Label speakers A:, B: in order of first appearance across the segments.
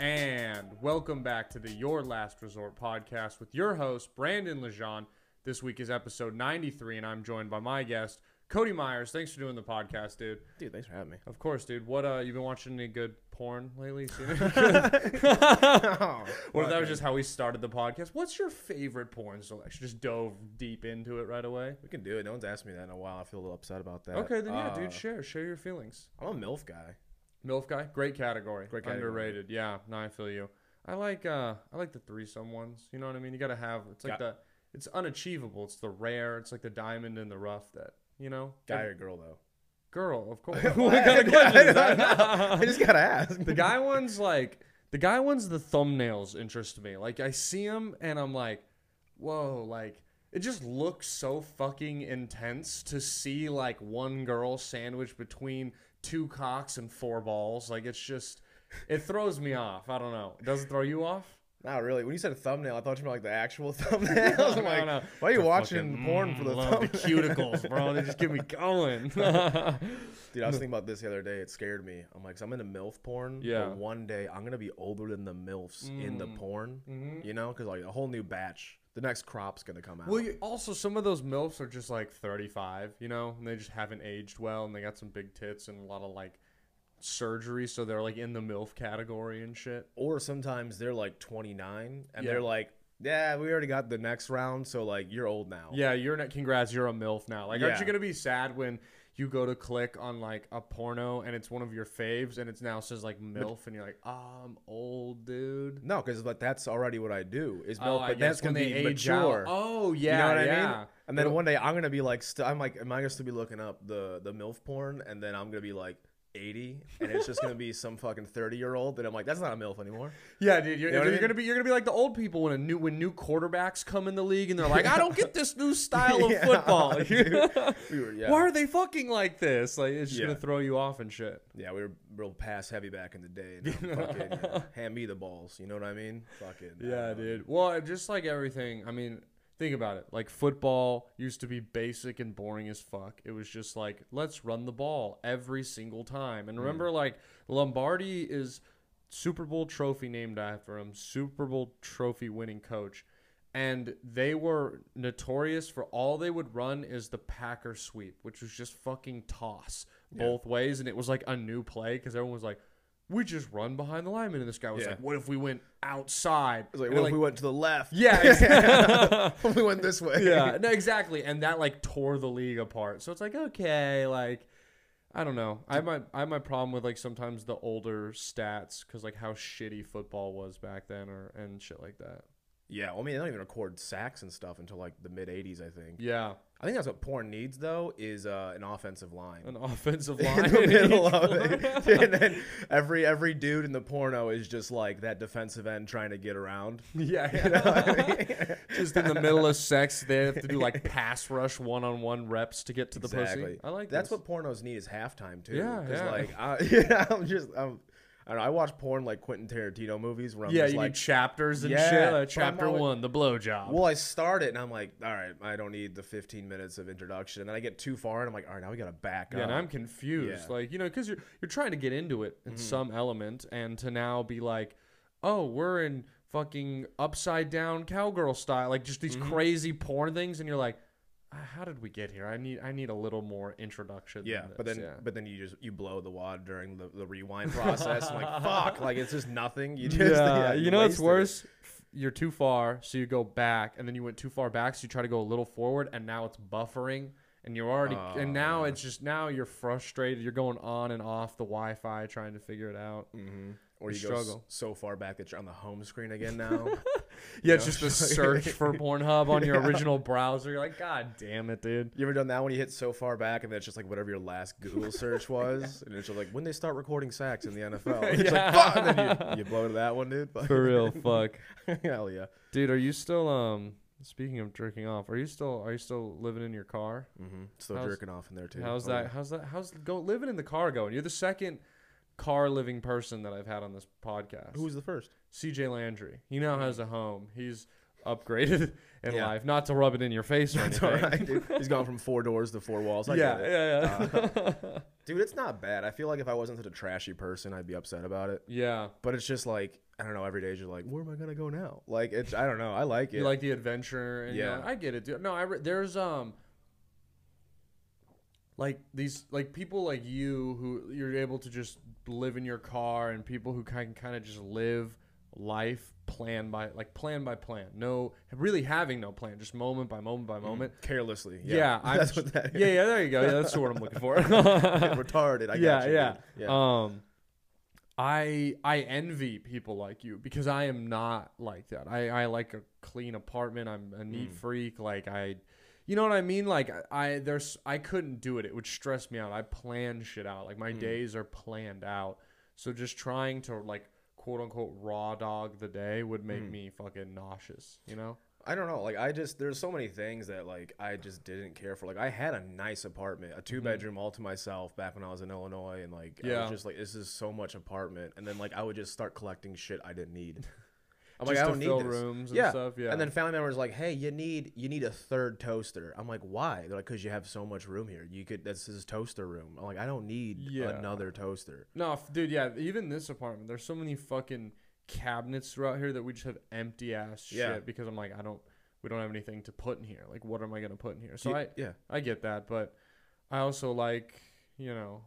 A: And welcome back to the Your Last Resort podcast with your host, Brandon Lejean. This week is episode 93, and I'm joined by my guest, Cody Myers. Thanks for doing the podcast, dude.
B: Dude, thanks for having me.
A: Of course, dude. What, uh, you been watching any good porn lately? Seen any
B: Oh,
A: What if that was just how we started the podcast? What's your favorite porn selection? Just dove deep into it right away.
B: we can do it. No one's asked me that in a while. I feel a little upset about that.
A: Okay, then yeah,
B: Uh,
A: dude, share share your feelings.
B: I'm a MILF guy.
A: MILF guy, great category,
B: Great category.
A: underrated. Yeah, no, I feel you. I like uh I like the threesome ones. You know what I mean? You gotta have it's like
B: Got-
A: the it's unachievable. It's the rare. It's like the diamond in the rough that you know
B: Guy
A: every-
B: or girl though?
A: girl of course.
B: What
A: What kind of question is that?
B: I just gotta ask.
A: the guy ones like the guy ones the thumbnails interest me like i see them and i'm like whoa like it just looks so fucking intense to see like one girl sandwiched between two cocks and four balls like it's just it throws me off i don't know does it throw you off
B: Not really. When you said thumbnail, I thought you meant like the actual thumbnail. I'm
A: No,
B: like,
A: no.
B: why are you
A: The
B: watching
A: fucking-
B: porn for the
A: mm, love the
B: thumbnail?
A: cuticles bro they just get me going
B: Dude, I was thinking about this the other day. It scared me. I'm like, 'cause I'm into MILF porn. but
A: Yeah. Mm.
B: one day I'm gonna be older than the MILFs in the porn. You know, because like a whole new batch. The next crop's gonna come out.
A: Mm-hmm. Well, you, also some of those milfs are just like 35, you know, and they just haven't aged well, and they got some big tits and a lot of like surgery, so they're like in the milf category and shit.
B: or sometimes they're like 29 and
A: Yeah.
B: they're like yeah we already got the next round so like you're old now
A: Yeah, you're not. Congrats, you're a milf now. Like, aren't you
B: Yeah.
A: gonna be sad when you go to click on like a porno and it's one of your faves and it's now says like milf and you're like, oh, I'm old, dude.
B: no because like that's already what i do is
A: Oh,
B: milk
A: I
B: but that's
A: guess when
B: gonna be
A: they age
B: mature
A: out. Oh
B: you
A: yeah,
B: know what
A: yeah.
B: i mean and then one day i'm gonna be like st- i'm like am i gonna still be looking up the the milf porn and then i'm gonna be like 80 and it's just gonna be some fucking 30 year old and i'm like that's not a milf anymore
A: Yeah, dude, you're,
B: know what I
A: you're
B: mean?
A: gonna be you're gonna be like the old people when a new when new quarterbacks come in the league and they're like, I don't get this new style of
B: Yeah,
A: football.
B: dude. We were- yeah.
A: Why are they fucking like this? Like it's just
B: Yeah.
A: gonna throw you off and shit.
B: yeah we were real pass heavy back in the day and I'm fucking uh, hand me the balls you know what i mean fucking I
A: Yeah,
B: don't know.
A: dude. Well, just like everything. I mean, think about it. Like football used to be basic and boring as fuck. It was just like let's run the ball every single time. And remember, like Lombardi is Super Bowl trophy named after him. Super Bowl trophy winning coach. And they were notorious for all they would run is the Packer sweep, which was just fucking toss both ways. And it was like a new play because everyone was like, we just run behind the lineman. And this guy was
B: Yeah.
A: like, what if we went outside?
B: It's like,
A: And
B: what
A: they're
B: if we went to the left?
A: Yeah, ex-
B: What if we went this way.
A: yeah, no, exactly. And that like tore the league apart. So it's like, okay, like I don't know. I might I have my problem with like sometimes the older stats because like how shitty football was back then or and shit like that.
B: Yeah. Well, I mean, they don't even record sacks and stuff until like the mid '80s, I think.
A: Yeah,
B: I think that's what porn needs, though, is uh, an offensive line.
A: an offensive
B: In
A: line.
B: the middle of it. and then every every dude in the porno is just like that defensive end trying to get around.
A: yeah,
B: You know what I mean?
A: just in the middle of sex, they have to do like pass rush one on one reps to get to the pussy. I like
B: that's
A: this.
B: what pornos need is halftime too.
A: Yeah,
B: 'cause,
A: yeah.
B: Like I, yeah, I'm just I'm, I don't know. I watch porn like Quentin Tarantino movies where I'm
A: Yeah,
B: just
A: you
B: like
A: need chapters and
B: Yeah,
A: shit.
B: but
A: Like
B: I'm
A: chapter
B: always-
A: one, the blowjob.
B: Well, I start it and I'm like, all right, I don't need the 15 minutes of introduction. And then I get too far and I'm like, all right, now we got to back
A: Yeah,
B: up.
A: and I'm confused.
B: Yeah. Mm-hmm.
A: Like, you know, because you're you're trying to get into it in some element, and to now be like, oh, we're in fucking upside down cowgirl style, like just these
B: Mm-hmm.
A: crazy porn things, and you're like, "Ah, how did we get here? I need I need a little more introduction.
B: yeah,
A: than this.
B: but then
A: yeah.
B: but then you just you blow the wad during the, the rewind process. I'm like, fuck, like it's just nothing. You just
A: yeah, you know what's
B: wasted it.
A: worse? F- You're too far, so you go back, and then you went too far back, so you try to go a little forward, and now it's buffering, and you're already, and
B: Oh.
A: now it's just now you're frustrated. You're going on and off the Wi-Fi trying to figure it out.
B: Or
A: the
B: you go s-
A: struggle.
B: so far back that you're on the home screen again now.
A: Yeah, it's just the search for Pornhub on your original browser. You're like, God damn it, dude.
B: you ever done that when you hit so far back and then it's just like whatever your last Google search was, and it's just like when they start recording sacks in the NFL. It's like fuck, and then you, you blow to that one, dude. Fuck.
A: For real, fuck.
B: Hell yeah.
A: Dude, are you still um speaking of jerking off, are you still are you still living in your car?
B: Mm-hmm. Still
A: How's-
B: jerking off in there too.
A: How's
B: Oh, yeah.
A: that how's that how's go living in the car going? You're the second car living person that I've had on this podcast.
B: Who was the first?
A: CJ Landry. He now has a home. He's upgraded in
B: Yeah.
A: life. Not to rub it in your face or
B: It's
A: anything.
B: all right, dude. He's gone from four doors to four walls. I
A: Yeah,
B: get it.
A: yeah, yeah.
B: Dude, it's not bad. I feel like if I wasn't such a trashy person, I'd be upset about it.
A: yeah.
B: But it's just like I don't know, every day you're like, where am I gonna go now? Like it's I don't know. I like it.
A: You like the adventure, and yeah,
B: Yeah.
A: I get it, dude. No, I re- there's um, like these like people like you who you're able to just live in your car, and people who can kind of just live life plan by like plan by plan. No, really having no plan, just moment by moment by moment.
B: carelessly.
A: Yeah, I'm,
B: Mm-hmm. that's what that is.
A: Yeah, yeah, there you go. Yeah, that's the word I'm looking for.
B: Retarded. I
A: yeah,
B: got you,
A: yeah.
B: dude. yeah.
A: Um, I I envy people like you because I am not like that. I I like a clean apartment. I'm a
B: Mm.
A: neat freak. Like I, you know what I mean. Like I, I there's I couldn't do it. It would stress me out. I plan shit out. Like
B: Mm.
A: my days are planned out. So just trying to like quote unquote raw dog the day would make
B: Mm.
A: me fucking nauseous. You know.
B: I don't know. Like I just there's so many things that like I just didn't care for. Like I had a nice apartment, a two bedroom all to myself back when I was in Illinois, and like I
A: Mm-hmm. Yeah.
B: was just like this is so much apartment. And then like I would just start collecting shit I didn't need. I'm
A: Just
B: like I
A: to
B: don't
A: fill
B: need this.
A: rooms and
B: yeah.
A: stuff, yeah.
B: And then family members like, hey, you need you need a third toaster. I'm like, why? They're like, because you have so much room here. You could that's his toaster room. I'm like, I don't need
A: Yeah.
B: another toaster.
A: No, f- dude, yeah, even this apartment, there's so many fucking cabinets throughout here that we just have empty ass
B: Yeah.
A: shit because I'm like, I don't, we don't have anything to put in here. Like, what am I gonna put in here? So
B: Ye-
A: I,
B: yeah.
A: I get that, but I also like, you know,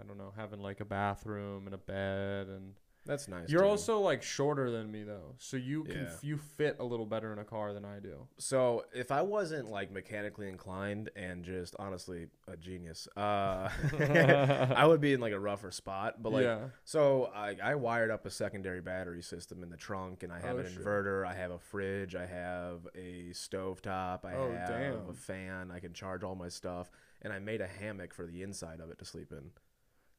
A: I don't know, having like a bathroom and a bed, and
B: That's nice.
A: you're
B: too.
A: also like shorter than me though, so you can
B: Yeah.
A: f- you fit a little better in a car than I do.
B: So if I wasn't like mechanically inclined and just honestly a genius, uh, I would be in like a rougher spot. But like,
A: Yeah.
B: so I, I wired up a secondary battery system in the trunk, and I have
A: Oh,
B: an
A: shit.
B: inverter, I have a fridge, I have a stovetop, I
A: Oh,
B: have
A: damn.
B: a fan. I can charge all my stuff, and I made a hammock for the inside of it to sleep in.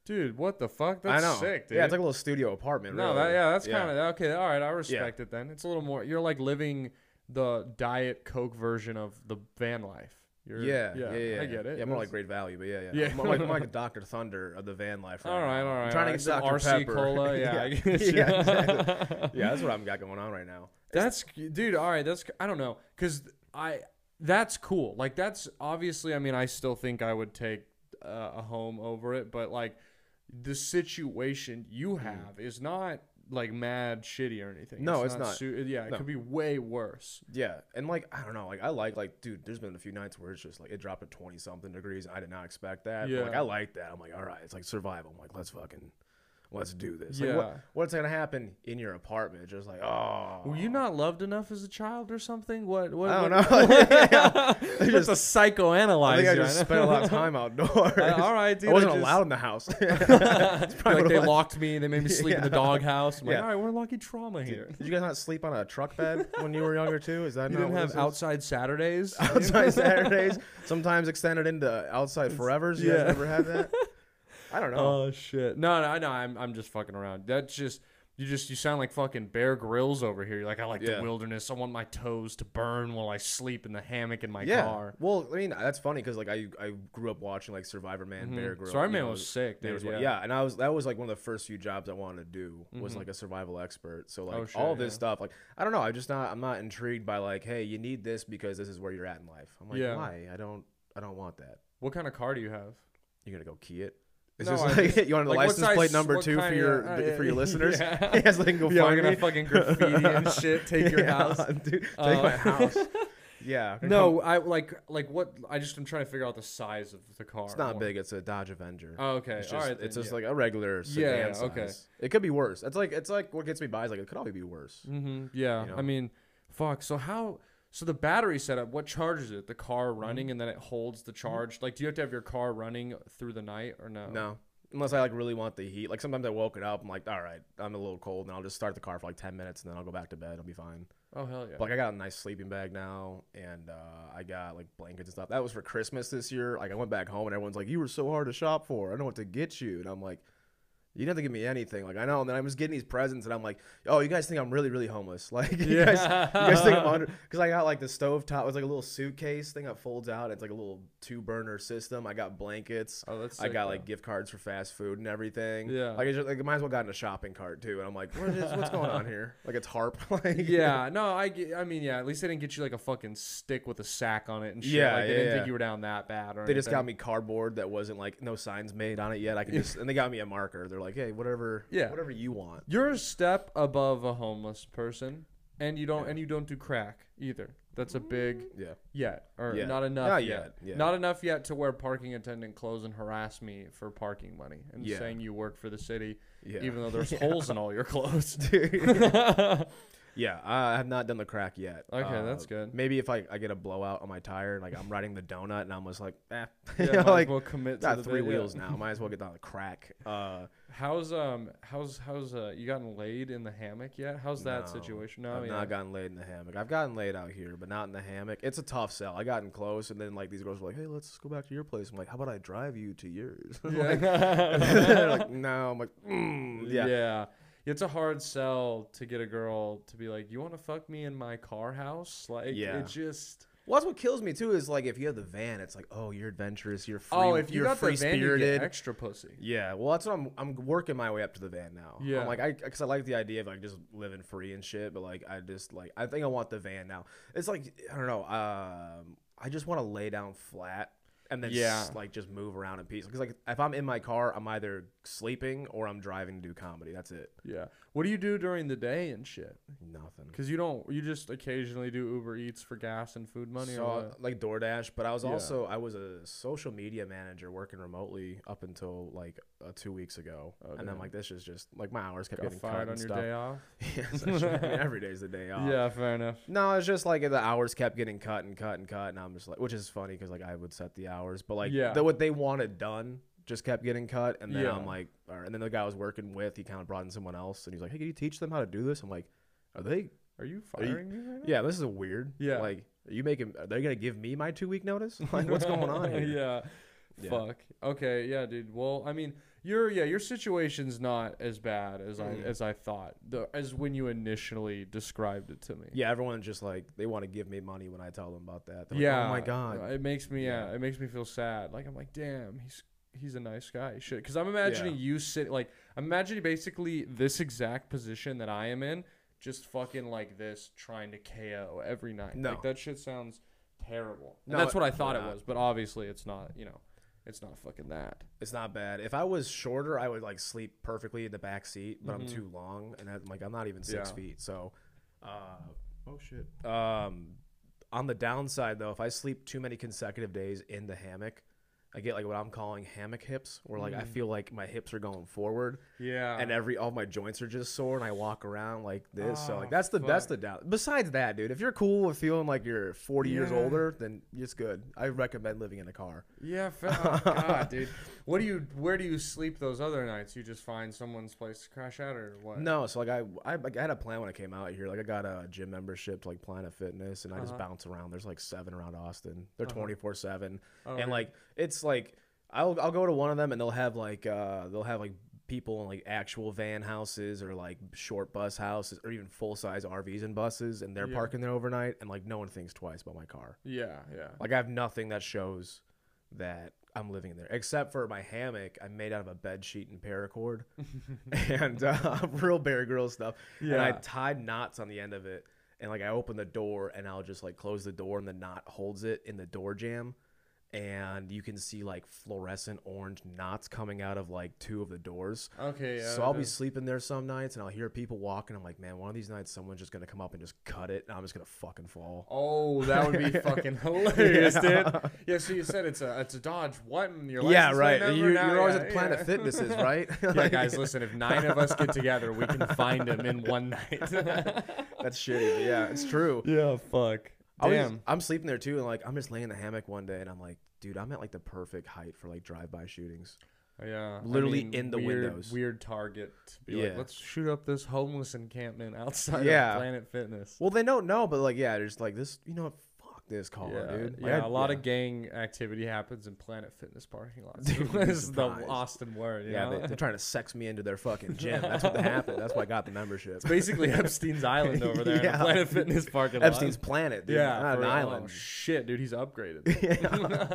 A: Dude, what the fuck? That's
B: I know,
A: sick, dude.
B: yeah, it's like a little studio apartment.
A: No,
B: really.
A: that, yeah, that's
B: Yeah.
A: kind of okay. All right, I respect it then. It's a little more. You're like living the diet coke version of the van life. You're,
B: Yeah, yeah, yeah,
A: I get it.
B: Yeah, more like
A: That's-
B: Great Value, but yeah, yeah.
A: Yeah.
B: I'm more like, more like Dr. Thunder of the van life.
A: All right,
B: now.
A: all right.
B: I'm trying
A: all
B: to
A: right.
B: get
A: Some RC
B: Dr. Pepper.
A: cola. Yeah, I
B: yeah,
A: get you.
B: Yeah, exactly. yeah, that's what I've got going on right now.
A: That's dude. All right, that's I don't know because I that's cool. Like that's obviously. I mean, I still think I would take uh, a home over it, but like the situation
B: Mm.
A: you have is not like mad shitty or anything.
B: No, it's not.
A: su- yeah, it
B: No.
A: could be way worse.
B: Yeah, and like I don't know, like I like like dude. There's been a few nights where it's just like it dropped to twenty something degrees, and I did not expect that. Yeah. But, like
A: Yeah.
B: I like that. I'm like, all right, it's like survival. I'm like, let's fucking, let's do this. Like, what,
A: Yeah.
B: what's gonna happen in your apartment? Just like, oh,
A: Were you not loved enough as a child or something? What? what
B: I don't
A: what,
B: know.
A: What's a psychoanalyze?
B: I think I
A: you
B: just
A: on?
B: spent a lot of time outdoors.
A: Uh, all right, dude.
B: I wasn't
A: just-
B: allowed in the house. probably
A: like
B: what it
A: they
B: was.
A: locked me. They made me sleep in the
B: Yeah.
A: doghouse. I'm like,
B: Yeah.
A: all right, we're lucky trauma here.
B: Did you guys not sleep on a truck bed when you were younger too? Is that
A: You
B: not
A: didn't
B: what
A: have
B: this is?
A: outside Saturdays.
B: outside Saturdays? Sometimes extended into outside forevers. You
A: yeah.
B: guys never had that? I don't know.
A: Oh shit! No, no, no. I'm I'm just fucking around. That's just you. Just you sound like fucking Bear grills over here. You're like, I like
B: Yeah.
A: the wilderness. I want my toes to burn while I sleep in the hammock in my
B: yeah.
A: car.
B: Well, I mean, that's funny because like I I grew up watching like Survivor Man, Bear Grylls.
A: Mm-hmm. Sorry,
B: you
A: man
B: know,
A: was sick,
B: They
A: dude.
B: was like- yeah. and I was that was like one of the first few jobs I wanted to do was like a survival expert. So like
A: Mm-hmm. Oh, shit,
B: all this
A: yeah.
B: stuff, like I don't know, I'm just not I'm not intrigued by like, hey, you need this because this is where you're at in life. I'm like,
A: Yeah.
B: why? I don't I don't want that.
A: What kind of car do you have?
B: You're gonna go key it. Is
A: No,
B: this
A: I
B: like
A: just-
B: you want the
A: like, what
B: license
A: size-
B: plate number
A: what
B: two for
A: kind of-
B: your
A: uh, yeah,
B: for your listeners?
A: yeah.
B: Yes, they can go
A: Yeah, we're
B: find
A: gonna
B: me.
A: fucking graffiti and shit. Take your
B: Yeah,
A: house.
B: dude, take
A: Uh,
B: my house. Yeah, I'm gonna come-
A: No, I like like what I just am trying to figure out the size of the car.
B: it's not big. It's a Dodge Avenger.
A: Oh, okay,
B: It's
A: all
B: just,
A: right.
B: it's just like a regular
A: Yeah,
B: sedan
A: yeah, okay.
B: size. It could be worse. It's like it's like what gets me by is like it could always be worse.
A: hmm yeah.
B: you
A: I
B: know?
A: mean, fuck. So how? So the battery setup. What charges it? The car
B: Mm-hmm.
A: running, and then it holds the charge. Like, do you have to have your car running through the night or no?
B: No. Unless I like really want the heat. Like sometimes I woken up, I'm like, all right, I'm a little cold, and I'll just start the car for like ten minutes, and then I'll go back to bed. I'll be fine.
A: Oh hell yeah.
B: But, like I got a nice sleeping bag now, and uh, I got like blankets and stuff. That was for Christmas this year. Like I went back home, and everyone's like, "You were so hard to shop for. I don't know what to get you." And I'm like, "You didn't have to give me anything." Like I know. And then I was getting these presents, and I'm like, "Oh, you guys think I'm really, really homeless? Like you guys, you guys think I'm under?" Because I got like the stove top. It was like a little suitcase thing that folds out. It's like a little two burner system. I got blankets.
A: Oh, that's
B: I
A: sick,
B: got
A: though.
B: like gift cards for fast food and everything.
A: Yeah.
B: Like I just like might as well got in a shopping cart too. And I'm like, what is, what's going on here? Like it's harp. like
A: yeah, no, I, get- I mean, yeah. At least they didn't get you like a fucking stick with a sack on it and shit.
B: Yeah,
A: like, they
B: yeah,
A: didn't
B: yeah.
A: think you were down that bad or
B: They just
A: anything.
B: got me cardboard that wasn't like no signs made on it yet. I can just and they got me a marker. They're like, hey, whatever,
A: Yeah.
B: whatever you want.
A: You're a step above a homeless person, and you don't and you don't do crack either. That's a big
B: Yeah,
A: yet or
B: Yeah.
A: not enough
B: Not
A: yet.
B: yet, yeah.
A: Not enough yet to wear parking attendant clothes and harass me for parking money and
B: Yeah.
A: saying you work for the city,
B: yeah,
A: even though there's holes in all your clothes.
B: yeah. I have not done the crack yet. Uh,
A: Okay, that's good.
B: Maybe if I, I get a blowout on my tire and like I'm riding the donut and I'm just like, eh,
A: yeah,
B: You
A: might
B: know,
A: as
B: like
A: well commit to
B: got
A: the
B: three
A: video.
B: wheels now. Might as well get down the crack. Uh,
A: How's um how's how's uh you gotten laid in the hammock yet? How's that
B: No,
A: situation? No,
B: I've
A: yeah.
B: not gotten laid in the hammock. I've gotten laid out here, but not in the hammock. It's a tough sell. I gotten close, and then like these girls were like, "Hey, let's go back to your place." I'm like, "How about I drive you to yours?" like,
A: yeah.
B: they're like, no. I'm like, mm, yeah.
A: yeah. It's a hard sell to get a girl to be like, "You want to fuck me in my car house?" Like
B: Yeah.
A: it just
B: Well, that's what kills me too. Is like if you have the van, it's like, oh, you're adventurous. You're free.
A: Oh, if you
B: are
A: got the
B: free
A: van, you
B: spirited.
A: get extra pussy.
B: yeah. Well, that's what I'm. I'm working my way up to the van now.
A: Yeah.
B: I'm like, I because I like the idea of like just living free and shit. But like, I just like, I think I want the van now. It's like I don't know. Um, I just want to lay down flat. And then
A: Yeah.
B: s- like just move around in peace. Because like if I'm in my car, I'm either sleeping or I'm driving to do comedy. That's it.
A: Yeah. What do you do during the day and shit?
B: Nothing.
A: Because you don't. You just occasionally do Uber Eats for gas and food money.
B: So, uh,
A: or what?
B: like DoorDash, but I was
A: Yeah.
B: also I was a social media manager working remotely up until like uh, two weeks ago,
A: Oh,
B: and
A: damn.
B: I'm like, this is just like my hours kept
A: Got
B: getting cut
A: fired on
B: and
A: your
B: stuff. Oh,
A: day off.
B: Yeah, so I mean, every day's the day off.
A: Yeah, fair enough.
B: No, it's just like the hours kept getting cut and cut and cut, and I'm just like, which is funny because like I would set the hours, but like
A: Yeah.
B: the, what they wanted done just kept getting cut, and then
A: Yeah.
B: I'm like, all right. and then the guy I was working with, he kind of brought in someone else, and he's like, hey, can you teach them how to do this? I'm like, are they?
A: Are you
B: Are you-
A: firing me right now?
B: Yeah, this is a weird.
A: Yeah.
B: like. Are you making? Are they gonna give me my two week notice? Like, what's going on here?
A: yeah.
B: Yeah.
A: Fuck. Okay. Yeah, dude. Well, I mean, your yeah, your situation's not as bad as
B: Mm.
A: I as I thought. The, as when you initially described it to me.
B: Yeah, everyone's just like they want to give me money when I tell them about that. They're like,
A: yeah.
B: oh my god.
A: It makes me yeah.
B: Yeah.
A: It makes me feel sad. Like I'm like, damn, he's he's a nice guy. Shit. Because I'm imagining
B: Yeah.
A: you sit like I'm imagining basically this exact position that I am in, just fucking like this, trying to KO every night.
B: No.
A: Like that shit sounds terrible. And
B: No,
A: that's what I thought it
B: not.
A: was, but obviously it's not. You know, it's not fucking that.
B: It's not bad. If I was shorter, I would like sleep perfectly in the back seat, but I'm too long, and I'm like I'm not even six
A: Mm-hmm. Yeah.
B: feet. So, uh, oh shit. Um, on the downside though, if I sleep too many consecutive days in the hammock, I get like what I'm calling hammock hips, where like
A: Mm.
B: I feel like my hips are going forward.
A: Yeah.
B: and every all my joints are just sore and I walk around like this. so
A: Oh,
B: like that's the that's the down. Besides that, dude, if you're cool with feeling like you're 40 years
A: Yeah.
B: older, then it's good. I recommend living in a car.
A: yeah, fa- oh, God, dude. What do you? Where do you sleep those other nights? You just find someone's place to crash out, or what?
B: No, so like I I, like, I had a plan when I came out here. Like I got a gym membership to like Planet Fitness and I
A: Uh-huh.
B: just bounce around. There's like 7 around Austin. They're 24/7. and
A: Oh, really?
B: like it's like I'll I'll go to one of them and they'll have like uh they'll have like people in like actual van houses or like short bus houses or even full size RVs and buses and they're
A: Yeah.
B: parking there overnight and like no one thinks twice about my car.
A: Yeah, yeah.
B: Like I have nothing that shows that I'm living in there except for my hammock. I'm made out of a bed sheet and paracord and uh, real Bear Grylls stuff. And I
A: Yeah.
B: tied knots on the end of it. And like I open the door and I'll just like close the door and the knot holds it in the door jam. And you can see like fluorescent orange knots coming out of like two of the doors.
A: Okay, yeah.
B: so I'll be
A: that's-
B: sleeping there some nights and I'll hear people walking. I'm like, man, one of these nights someone's just gonna come up and just cut it and I'm just gonna fucking fall.
A: Oh, that would be fucking hilarious, dude. Yeah, so you said it's a it's a Dodge. What? And your
B: yeah,
A: license plate
B: right.
A: number
B: You,
A: now?
B: are always
A: Yeah,
B: at Planet
A: yeah.
B: Fitness, is right?
A: Yeah,
B: Like,
A: guys, listen. If nine of us get together, we can find him in one night.
B: That's shitty. But yeah, it's true.
A: yeah, fuck.
B: I was-
A: Damn.
B: I'm sleeping there too, and like I'm just laying in the hammock one day, and I'm like, dude, I'm at like the perfect height for like drive-by shootings.
A: Yeah, I
B: Literally
A: mean,
B: in the
A: weird,
B: windows.
A: Weird target to be like,
B: Yeah.
A: let's shoot up this homeless encampment outside
B: Yeah.
A: of Planet Fitness.
B: Well, they don't know, but like, yeah, there's like this. You know what? Fuck this car,
A: yeah,
B: dude. Like,
A: yeah,
B: I-
A: a lot
B: yeah.
A: of gang activity happens in Planet Fitness parking lots.
B: Dude, you'd be
A: This is the
B: surprised.
A: Austin word. You
B: Yeah,
A: know?
B: they, they're trying to sex me into their fucking gym. That's what happened. That's why I got the membership.
A: it's basically Epstein's Island over there in
B: Yeah.
A: the Planet Fitness parking lot.
B: Epstein's planet, dude.
A: yeah,
B: not
A: for
B: an
A: real.
B: island.
A: Oh, shit, dude, he's upgraded.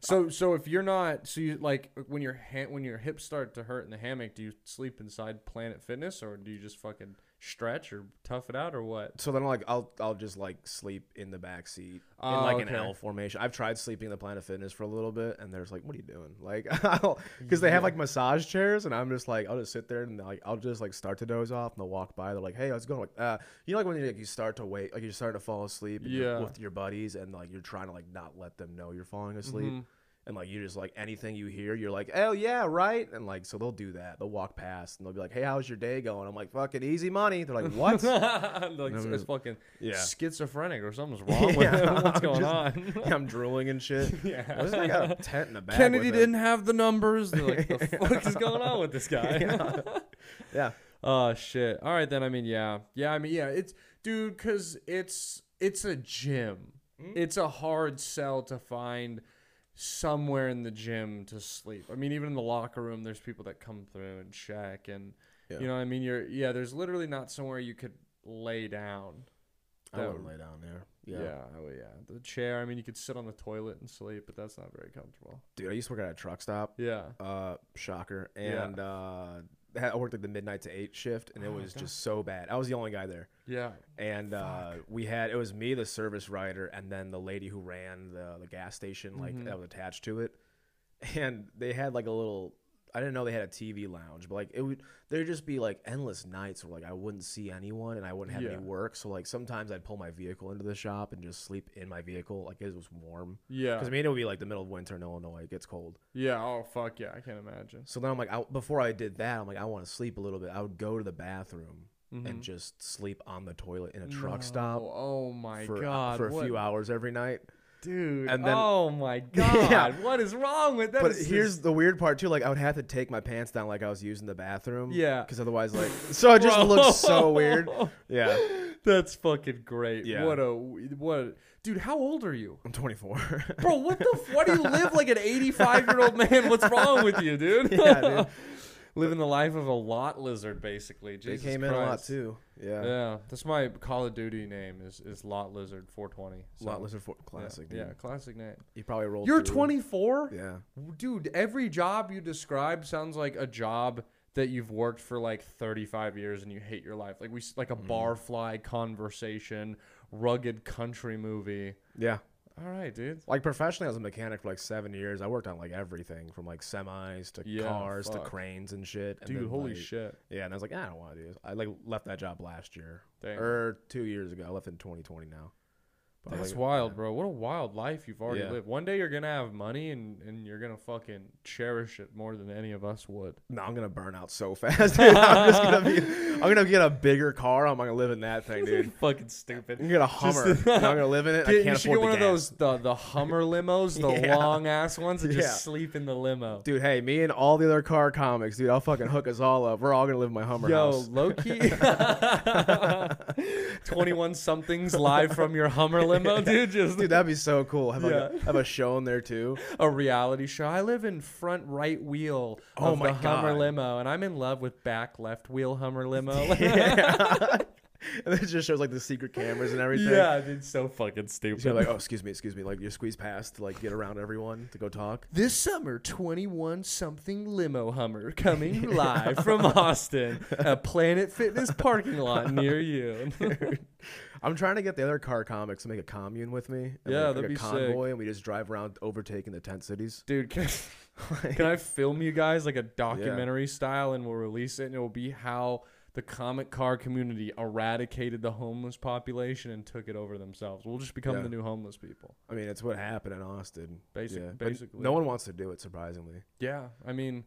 A: so, so if you're not, so you like when your ha- when your hips start to hurt in the hammock, do you sleep inside Planet Fitness or do you just fucking stretch or tough it out or what?
B: So then, like, I'll I'll just like sleep in the back seat in
A: Oh,
B: like an
A: okay.
B: L formation. I've tried sleeping in the Planet Fitness for a little bit, and there's like, what are you doing? Like, because they have like massage chairs, and I'm just like, I'll just sit there and like I'll just like start to doze off, and they'll walk by. They're like, hey, how's it going? Like, uh, you know, like when you like you start to wait, like you start to fall asleep, and you're
A: Yeah.
B: with your buddies, and like you're trying to like not let them know you're falling asleep.
A: Mm-hmm.
B: And like you just like anything you hear, you're like, oh yeah, right. And like so they'll do that. They'll walk past and they'll be like, hey, how's your day going? I'm like, fucking easy money. They're like, what?
A: like
B: No,
A: it's fucking
B: yeah.
A: schizophrenic or something's wrong with
B: Yeah,
A: him. What's
B: I'm
A: going
B: just-
A: on?
B: Yeah, I'm drooling and shit.
A: Yeah.
B: Why does I got a tent in the back.
A: Kennedy
B: with it?
A: didn't have the numbers. They're like, the fuck is going on with this guy?
B: Yeah.
A: Oh shit. All right then. I mean, yeah, yeah. I mean, yeah. It's dude, cause it's it's a gym.
B: Hmm?
A: It's a hard sell to find somewhere in the gym to sleep. I mean, even in the locker room, there's people that come through and check, and
B: Yeah.
A: you know, what I mean, you're yeah. There's literally not somewhere you could lay down.
B: I
A: That
B: wouldn't
A: would-
B: lay down there.
A: Yeah, yeah, well, yeah. The chair. I mean, you could sit on the toilet and sleep, but that's not very comfortable.
B: Dude, I used to work at a truck stop.
A: Yeah.
B: Uh, shocker.
A: Yeah.
B: And uh, I worked at the midnight to eight shift, and it
A: Oh,
B: was
A: God.
B: just so bad. I was the only guy there.
A: Yeah.
B: and uh, we had it was me, the service writer, and then the lady who ran the the gas station like
A: Mm-hmm.
B: that was attached to it. And they had like a little. I didn't know they had a TV lounge, but like it would, there'd just be like endless nights where like I wouldn't see anyone and I wouldn't have
A: Yeah.
B: any work. So like sometimes I'd pull my vehicle into the shop and just sleep in my vehicle, like it was warm.
A: Yeah.
B: Because I mean it would be like the middle of winter in Illinois, it gets cold.
A: Yeah. Oh fuck yeah. I can't imagine.
B: So then I'm like, I, before I did that, I'm like, I want to sleep a little bit. I would go to the bathroom
A: Mm-hmm.
B: and just sleep on the toilet in a truck stop
A: Oh, oh my
B: for, uh,
A: god.
B: for a
A: what
B: few hours every night.
A: dude.
B: And then-
A: oh my god,
B: Yeah.
A: what is wrong with that?
B: But
A: is just-
B: here's the weird part too. Like I would have to take my pants down like I was using the bathroom.
A: Yeah.
B: Because otherwise, like, so it just
A: Bro.
B: looks so weird. Yeah.
A: that's fucking great.
B: Yeah.
A: What a what, a- dude. How old are you,
B: I'm 24.
A: bro? What the? f- Why do you live like an eighty-five year old man? What's wrong with you, dude?
B: Yeah, dude.
A: Living the life of a lot lizard, basically.
B: they
A: Jesus
B: came in a lot
A: Christ.
B: too. Yeah.
A: Yeah, that's my Call of Duty name is is Lot Lizard 420. So,
B: Lot lizard for
A: yeah,
B: classic.
A: Yeah,
B: dude.
A: classic name.
B: You probably rolled.
A: You're
B: through.
A: 24.
B: Yeah.
A: Dude, every job you describe sounds like a job that you've worked for like 35 years and you hate your life. Like we s- like a
B: Mm.
A: barfly conversation, rugged country movie.
B: Yeah.
A: All right, dude.
B: Like professionally, I was a mechanic for like seven years. I worked on like everything from like semis to
A: Yeah,
B: cars
A: fuck.
B: to cranes and shit. And
A: Dude,
B: then,
A: holy
B: like-
A: shit.
B: Yeah, and I was like, I don't want to do this. I like left that job last year
A: Damn.
B: or two years ago. I left in 2020 now. But I was
A: That's
B: like,
A: wild, bro. What a wild life you've already
B: Yeah.
A: lived. One day you're going to have money and, and you're going to fucking cherish it more than any of us would.
B: No, I'm gonna burn out so fast. Dude. I'm just gonna be. I'm gonna get a bigger car. I'm gonna live in that thing, dude.
A: fucking stupid.
B: I'm gonna get a Hummer. and I'm gonna live in it. I
A: Dude,
B: can't
A: you should get
B: afford
A: one
B: the
A: of
B: gas.
A: those the, the Hummer limos, the
B: Yeah.
A: long ass ones, and just
B: Yeah.
A: sleep in the limo.
B: Dude, hey, me and all the other car comics, dude. I'll fucking hook us all up. We're all gonna live in my Hummer
A: Yo,
B: house.
A: Loki. 21 somethings live from your Hummer limo, dude. Just
B: Dude, that'd be so cool. Have, like,
A: Yeah.
B: a, have a show in there too.
A: a reality show. I live in front right wheel
B: Oh
A: of
B: my
A: the Hummer
B: God.
A: limo, and I'm in love with back left wheel Hummer limo.
B: Yeah. and it just shows like the secret cameras and everything.
A: yeah, dude, so fucking stupid.
B: So you're like, oh, excuse me, excuse me. Like you squeeze past to like get around everyone to go talk.
A: This summer, 21 something limo Hummer coming live from Austin, a Planet Fitness parking lot near you.
B: I'm trying to get the other car comics to make a commune with me. and,
A: Yeah, that'd
B: like, like,
A: be
B: a
A: sick.
B: convoy, and we just drive around overtaking the tent cities.
A: Dude, can, can I film you guys like a documentary style and we'll release it and it will be how the comic car community eradicated the homeless population and took it over themselves. We'll just become
B: Yeah.
A: the new homeless people.
B: I mean, it's what happened in Austin.
A: Basic-
B: but
A: basically.
B: no one wants to do it. Surprisingly,
A: Yeah, I mean,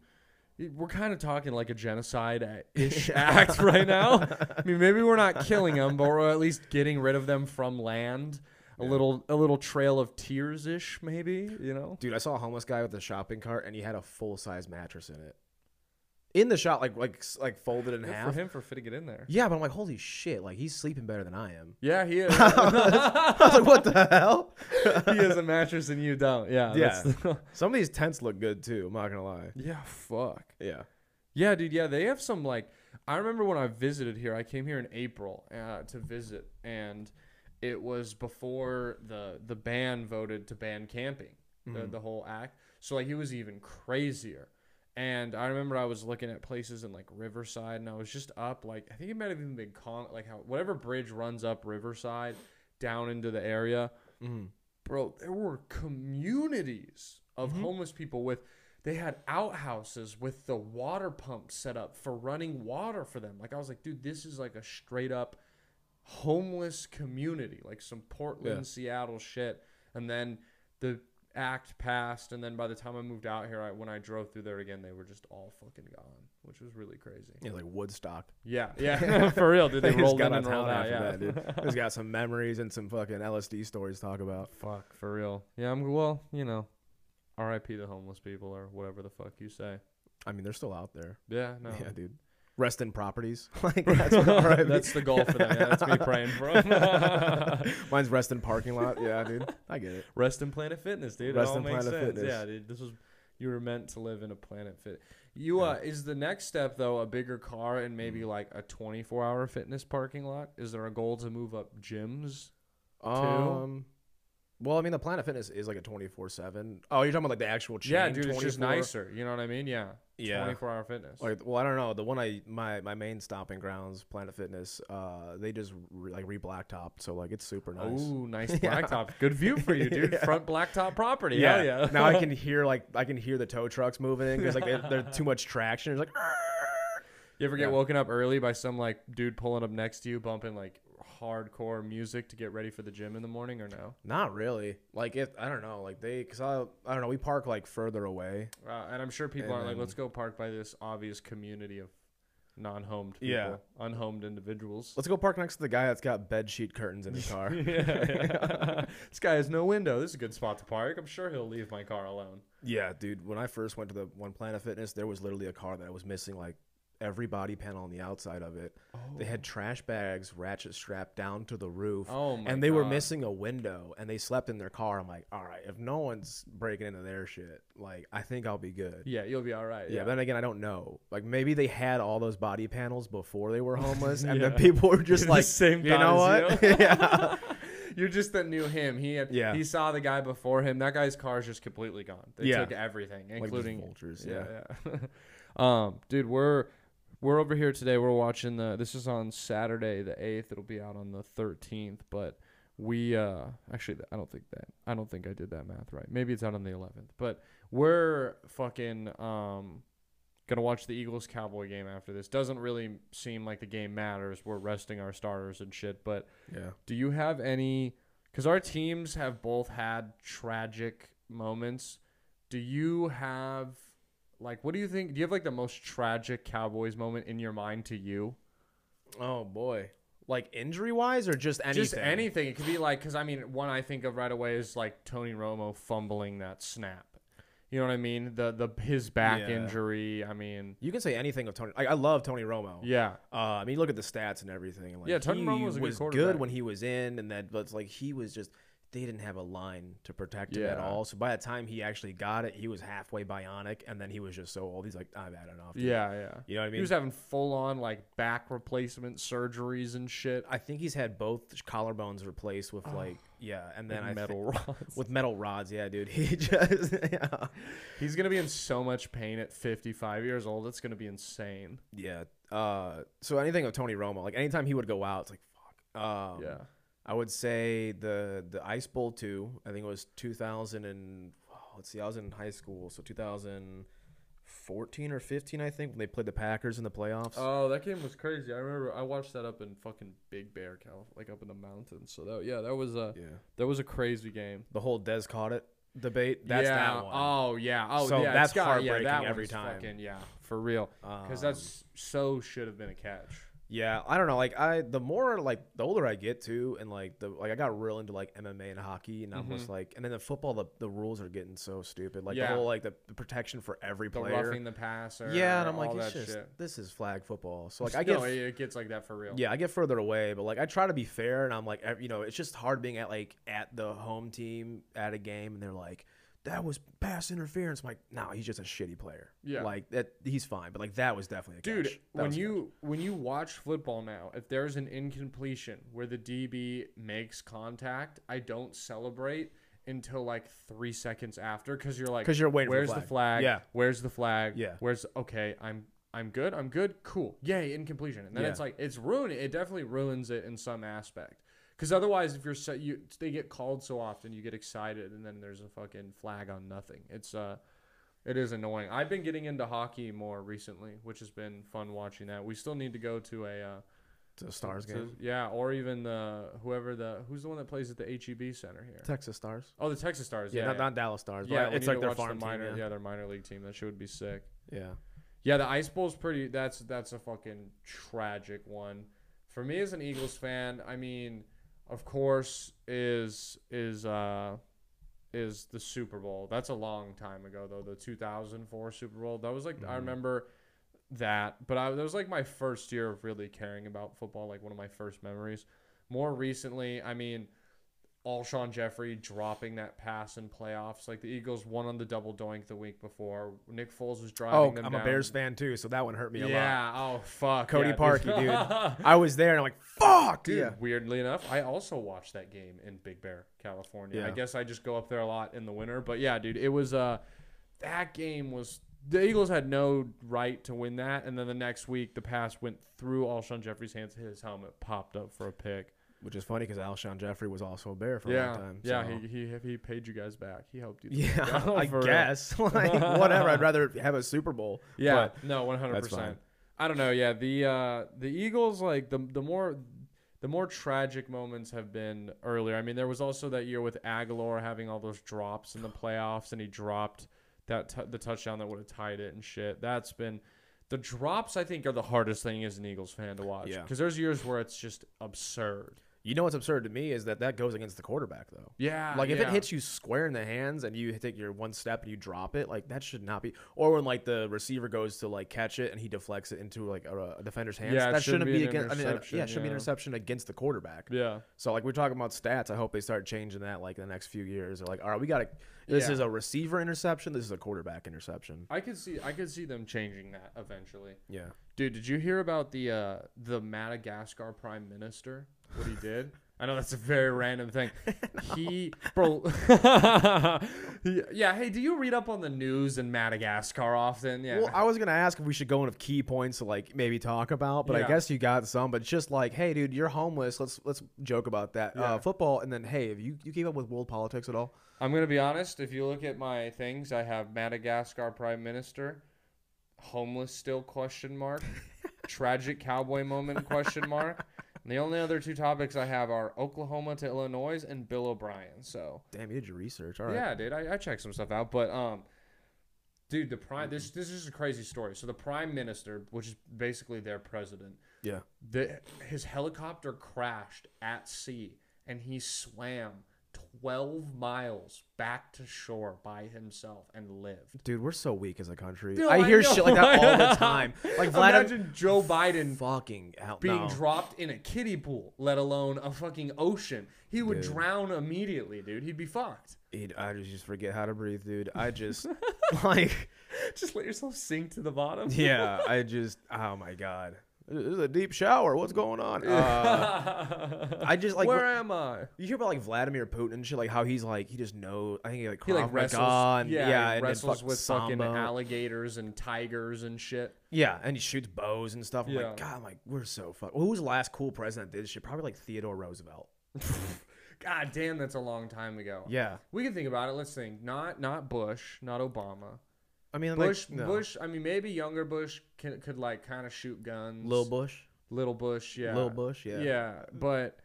A: y- we're kind of talking like a genocide ish act right now. I mean, maybe we're not killing them, but we're at least getting rid of them from land. A little, a little trail of tears ish, maybe. You know.
B: dude, I saw a homeless guy with a shopping cart, and he had a full size mattress in it. In the shop, like like s- like folded in
A: Good
B: half.
A: for him for fitting it in there.
B: Yeah, but I'm like, holy shit! Like he's sleeping better than I am.
A: Yeah, he is.
B: I was like, what the hell?
A: he has a mattress and you don't. Yeah.
B: Yeah.
A: that's-
B: Some of these tents look good too. I'm not gonna lie.
A: yeah. Fuck.
B: Yeah.
A: Yeah, dude. Yeah, they have some like. I remember when I visited here. I came here in April uh, to visit, and it was before the the Mm-hmm. ban voted to ban camping, the, the whole act. So like, it was even crazier. And I remember I was looking at places in like Riverside, and I was just up like I think it might have even been con like how whatever bridge runs up Riverside down into the area,
B: Mhm.
A: bro. There were communities of
B: Mm-hmm.
A: homeless people with. They had outhouses with the water pump set up for running water for them. Like I was like, dude, this is like a straight up homeless community, like some Portland,
B: Yeah.
A: Seattle shit. And then the act passed, and then by the time I moved out here, I, when I drove through there again, they were just all fucking gone, which was really crazy.
B: Yeah, like Woodstock.
A: Yeah, yeah, for real, dude. They
B: just
A: rolled in
B: out
A: and
B: of
A: rolled
B: town
A: out.
B: after
A: Yeah,
B: that, dude. Just got some memories and some fucking LSD stories to talk about.
A: fuck, for real. Yeah, I'm well, you know, R.I.P. the homeless people or whatever the fuck you say.
B: I mean, they're still out there.
A: Yeah, no.
B: Yeah, dude. Rest in properties. like that's
A: That's,
B: what RIP.
A: the goal for them. Yeah, that's me praying for.
B: Mine's rest in parking lot. Yeah, dude. I get it.
A: Rest in Planet Fitness, dude.
B: Rest
A: it all
B: in
A: makes
B: Planet
A: sense.
B: Fitness.
A: Yeah, dude. This was you were meant to live in a Planet Fit. You uh, is the next step though a bigger car and maybe like a 24-hour fitness parking lot? Is there a goal to move up gyms?
B: Um. Well, I mean, the Planet Fitness is like a twenty four seven. Oh, you're talking about like the actual chain.
A: yeah, dude, it's just
B: 24?
A: nicer. You know what I mean? Yeah.
B: Yeah.
A: 24-hour fitness.
B: Like, well, I don't know. The one I my my main stomping grounds, Planet Fitness. Uh, they just re, like re blacktopped, so like it's super nice.
A: Ooh, nice
B: Yeah.
A: blacktop. Good view for you, dude.
B: Yeah.
A: Front blacktop property.
B: Yeah,
A: Yeah, yeah.
B: now I can hear like I can hear the tow trucks moving because like they- they're too much traction. It's like
A: You ever get
B: Yeah.
A: woken up early by some like dude pulling up next to you bumping like hardcore music to get ready for the gym in the morning or no?
B: not really. Like if I don't know, like they because I I don't know. We park like further away.
A: Uh, and I'm sure people
B: And
A: aren't like,
B: then-
A: let's go park by this obvious community of non-homed people,
B: Yeah.
A: unhomed individuals.
B: Let's go park next to the guy that's got bed sheet curtains in his car.
A: this guy has no window. This is a good spot to park. I'm sure he'll leave my car alone.
B: Yeah, dude. When I first went to the One Planet Fitness, there was literally a car that was missing like every body panel on the outside of it. They had trash bags ratchet strapped down to the roof.
A: Oh my
B: And they were
A: God.
B: missing a window and they slept in their car. I'm like, all right, if no one's breaking into their shit, like I think I'll be good.
A: Yeah, you'll be all right.
B: Yeah,
A: Yeah.
B: but then again, I don't know. Like maybe they had all those body panels before they were homeless, and then people were just
A: The
B: like,
A: same
B: you know
A: thought
B: what?
A: as
B: yeah,
A: You're just the new him. He had,
B: Yeah.
A: he saw the guy before him. That guy's car is just completely gone. They
B: Yeah.
A: took everything,
B: just
A: including
B: vultures,
A: yeah. yeah. um, dude, we're we're over here today. We're watching the. This is on Saturday the eighth. It'll be out on the thirteenth. But we uh, actually, I don't think that. I don't think I did that math right. Maybe it's out on the eleventh. But we're fucking um. Gonna watch the Eagles Cowboy game after this. Doesn't really seem like the game matters. We're resting our starters and shit, but
B: yeah.
A: do you have any? Because our teams have both had tragic moments. Do you have, like, what do you think? Do you have, like, the most tragic Cowboys moment in your mind to you?
B: Oh boy, like injury wise or just anything?
A: Just anything. It could be, like, because I mean, one I think of right away is, like, Tony Romo fumbling that snap. You know what I mean? The, the, his back
B: Yeah.
A: injury. I mean,
B: You can say anything of Tony. Like, I love Tony Romo.
A: yeah.
B: Uh, I mean, look at the stats and everything. and, Like,
A: Yeah, Tony
B: he
A: Romo was a good quarterback.
B: when he was in, and that, but it's like he was just they didn't have a line to protect him at
A: Yeah.
B: all. So by the time he actually got it, he was halfway bionic, and then he was just so old. He's like, I've had enough. dude."
A: Yeah, yeah.
B: you know what I
A: He
B: mean.
A: was having full on, like, back replacement surgeries and shit.
B: I think he's had both collarbones replaced with like yeah, and then I
A: Ah,
B: thi-
A: metal rods.
B: with metal rods. Yeah, dude, he just yeah.
A: He's gonna be in so much pain at 55 years old. It's gonna be insane.
B: yeah. Uh, so anything of Tony Romo, like anytime he would go out, it's like fuck. Um,
A: yeah.
B: I would say the the Ice Bowl two. I think it was two thousand and oh, let's see, I was in high school, so two thousand fourteen or fifteen, I think, when they played the Packers in the playoffs.
A: Oh, that game was crazy. I remember I watched that up in fucking Big Bear, Cal, like up in the mountains. So that yeah, that was a
B: yeah,
A: that was a crazy game.
B: the whole Des caught it debate. That's
A: yeah.
B: that one.
A: Oh yeah. Oh
B: So
A: yeah.
B: that's
A: it's got-
B: heartbreaking
A: yeah, that
B: every
A: one's
B: time. Um,
A: Fucking, yeah, for real. Because that's so should have been a catch.
B: Yeah, I don't know. Like I, the more like the older I get too, and like the like I got real into like MMA and hockey, and I'm just like, and then the football, the, the rules are getting so stupid. Like
A: Mm-hmm. Yeah.
B: the whole like the, the protection for every
A: The
B: player.
A: roughing the passer.
B: yeah, and I'm like,
A: all
B: it's
A: that
B: just
A: shit.
B: this is flag football. So like I get,
A: no, it gets like that for real.
B: yeah, I get further away, but like I try to be fair, and I'm like, ev- you know, it's just hard being at like at the home team at a game, and they're like, that was pass interference. I'm like, no, he's just a shitty player.
A: Yeah.
B: like that he's fine, but like that was definitely a
A: dude
B: catch. That
A: when
B: was a catch.
A: you when you watch football now if there's an incompletion where the db makes contact i don't celebrate until like three seconds after because you're like,
B: 'Cause you're waiting for the
A: Where's
B: flag." Yeah.
A: Yeah. Where's the flag?
B: Yeah.
A: Where's okay? I'm I'm good. I'm good. Cool. Yay! Incompletion. And then
B: Yeah.
A: it's like it's ruining. It definitely ruins it in some aspect. Because otherwise, if you're so, you they get called so often, you get excited, and then there's a fucking flag on nothing. It's uh, it is annoying. I've been getting into hockey more recently, which has been fun watching that. We still need to go to a uh,
B: It's a Stars
A: to-
B: game.
A: yeah, or even the whoever the who's the one that plays at the HEB Center here.
B: Texas Stars.
A: Oh, the Texas Stars.
B: Yeah,
A: Yeah,
B: not,
A: yeah.
B: not Dallas Stars. But
A: Yeah, we
B: it's
A: need
B: like
A: to
B: their
A: watch the
B: farm
A: minor,
B: team.
A: Yeah. their minor league team. That shit would be sick.
B: Yeah. yeah.
A: Yeah, the Ice Bowl's pretty. That's that's a fucking tragic one. For me as an Eagles fan, I mean, of course is is uh is the Super Bowl. That's a long time ago though. The 2004 Super Bowl. That was like I
B: Mhm.
A: remember that, but I that was like my first year of really caring about football. Like one of my first memories. More recently, I mean, Alshon Jeffrey dropping that pass in playoffs. Like the Eagles won on the double doink the week before. Nick Foles was driving
B: Oh,
A: them
B: I'm
A: down.
B: a Bears fan too, so that one hurt me a lot.
A: Yeah. Oh fuck.
B: Cody
A: yeah,
B: Parkey,
A: dude.
B: dude. I was there and I'm like, fuck,
A: Dude,
B: Yeah.
A: weirdly enough, I also watched that game in Big Bear, California. I
B: Yeah.
A: guess I just go up there a lot in the winter. But yeah, dude, it was uh that game was the Eagles had no right to win that, and then the next week the pass went through Alshon Jeffrey's hands, his helmet popped up for a pick.
B: Which is funny because Alshon Jeffrey was also a Bear for a
A: yeah,
B: long time.
A: yeah,
B: so-
A: he, he he paid you guys back. He helped you. the fuck
B: yeah,
A: out,
B: I
A: for real.
B: guess. like, whatever. I'd rather have a Super Bowl.
A: Yeah,
B: but-
A: no, one hundred
B: fine.
A: percent. I don't know. Yeah, the uh, the Eagles like the the more the more tragic moments have been earlier. I mean, there was also that year with Aguilar having all those drops in the playoffs, and he dropped that t- the touchdown that would have tied it and shit. That's been the drops. I think are the hardest thing as an Eagles fan to watch
B: Yeah.
A: because there's years where it's just absurd.
B: you know what's absurd to me is that that goes against the quarterback, though.
A: Yeah,
B: Like if it
A: yeah.
B: hits you square in the hands and you take your one step and you drop it, like that should not be. Or when like the receiver goes to like catch it and he deflects it into like a, a defender's hands,
A: Yeah, it
B: that
A: shouldn't
B: shouldn't
A: be
B: be
A: an
B: against. I mean, uh, yeah, it
A: interception,
B: should be an
A: yeah.
B: interception against the quarterback.
A: yeah.
B: So like we're talking about stats, I hope they start changing that like in the next few years. They're like, all right, we got to. This
A: Yeah.
B: is a receiver interception. This is a quarterback interception.
A: I could see I could see them changing that eventually.
B: Yeah.
A: Dude, did you hear about the uh, the Madagascar prime minister? What he did? I know that's a very random thing. He, bro, yeah. Hey, do you read up on the news in Madagascar often? Yeah.
B: Well, I was gonna ask if we should go into key points to like maybe talk about, but
A: Yeah.
B: I guess you got some. But just like, hey, dude, you're homeless. Let's let's joke about that.
A: Yeah.
B: Uh, football, and then hey, have you you keep up with world politics at all?
A: I'm gonna be honest. If you look at my things, I have Madagascar prime minister, homeless still question mark, tragic cowboy moment question mark. And the only other two topics I have are Oklahoma to Illinois and Bill O'Brien. So.
B: Damn, you did your research. All right.
A: Yeah, dude, I, I checked some stuff out, but um, dude, the prime this this is just a crazy story. So the prime minister, which is basically their president,
B: Yeah.
A: the his helicopter crashed at sea and he swam twelve miles back to shore by himself and lived.
B: Dude, we're so weak as a country.
A: Dude,
B: I
A: I
B: hear
A: know.
B: shit like that all the time. Like Vladimir
A: Imagine Joe Biden
B: fucking out
A: being
B: no.
A: dropped in a kiddie pool, let alone a fucking ocean. He would
B: Dude.
A: drown immediately, dude. He'd be fucked.
B: Dude, I just forget how to breathe, dude. I just like,
A: Just let yourself sink to the bottom.
B: yeah, I just. Oh my god, this is a deep shower. What's going on? Uh, I just like
A: Where am I?
B: You hear about like Vladimir Putin and shit, like how he's like he just knows. I think he like
A: He like
B: Krav
A: wrestles,
B: Maga and-
A: yeah,
B: Oh yeah,
A: he
B: and then
A: wrestles
B: fuck
A: with fucking
B: Sambo.
A: alligators and tigers and shit.
B: yeah, and he shoots bows and stuff. I'm
A: Yeah.
B: like, God, I'm like we're so fucked. Who was the last cool president that did shit? Probably like Theodore Roosevelt.
A: God damn, that's a long time ago.
B: Yeah,
A: we can think about it. Let's think. Not not Bush, not Obama.
B: I mean,
A: Bush,
B: like, no.
A: Bush. I mean, maybe younger Bush can, could like kind of shoot guns.
B: Lil Bush,
A: Little Bush, yeah.
B: Lil Bush, yeah,
A: yeah. But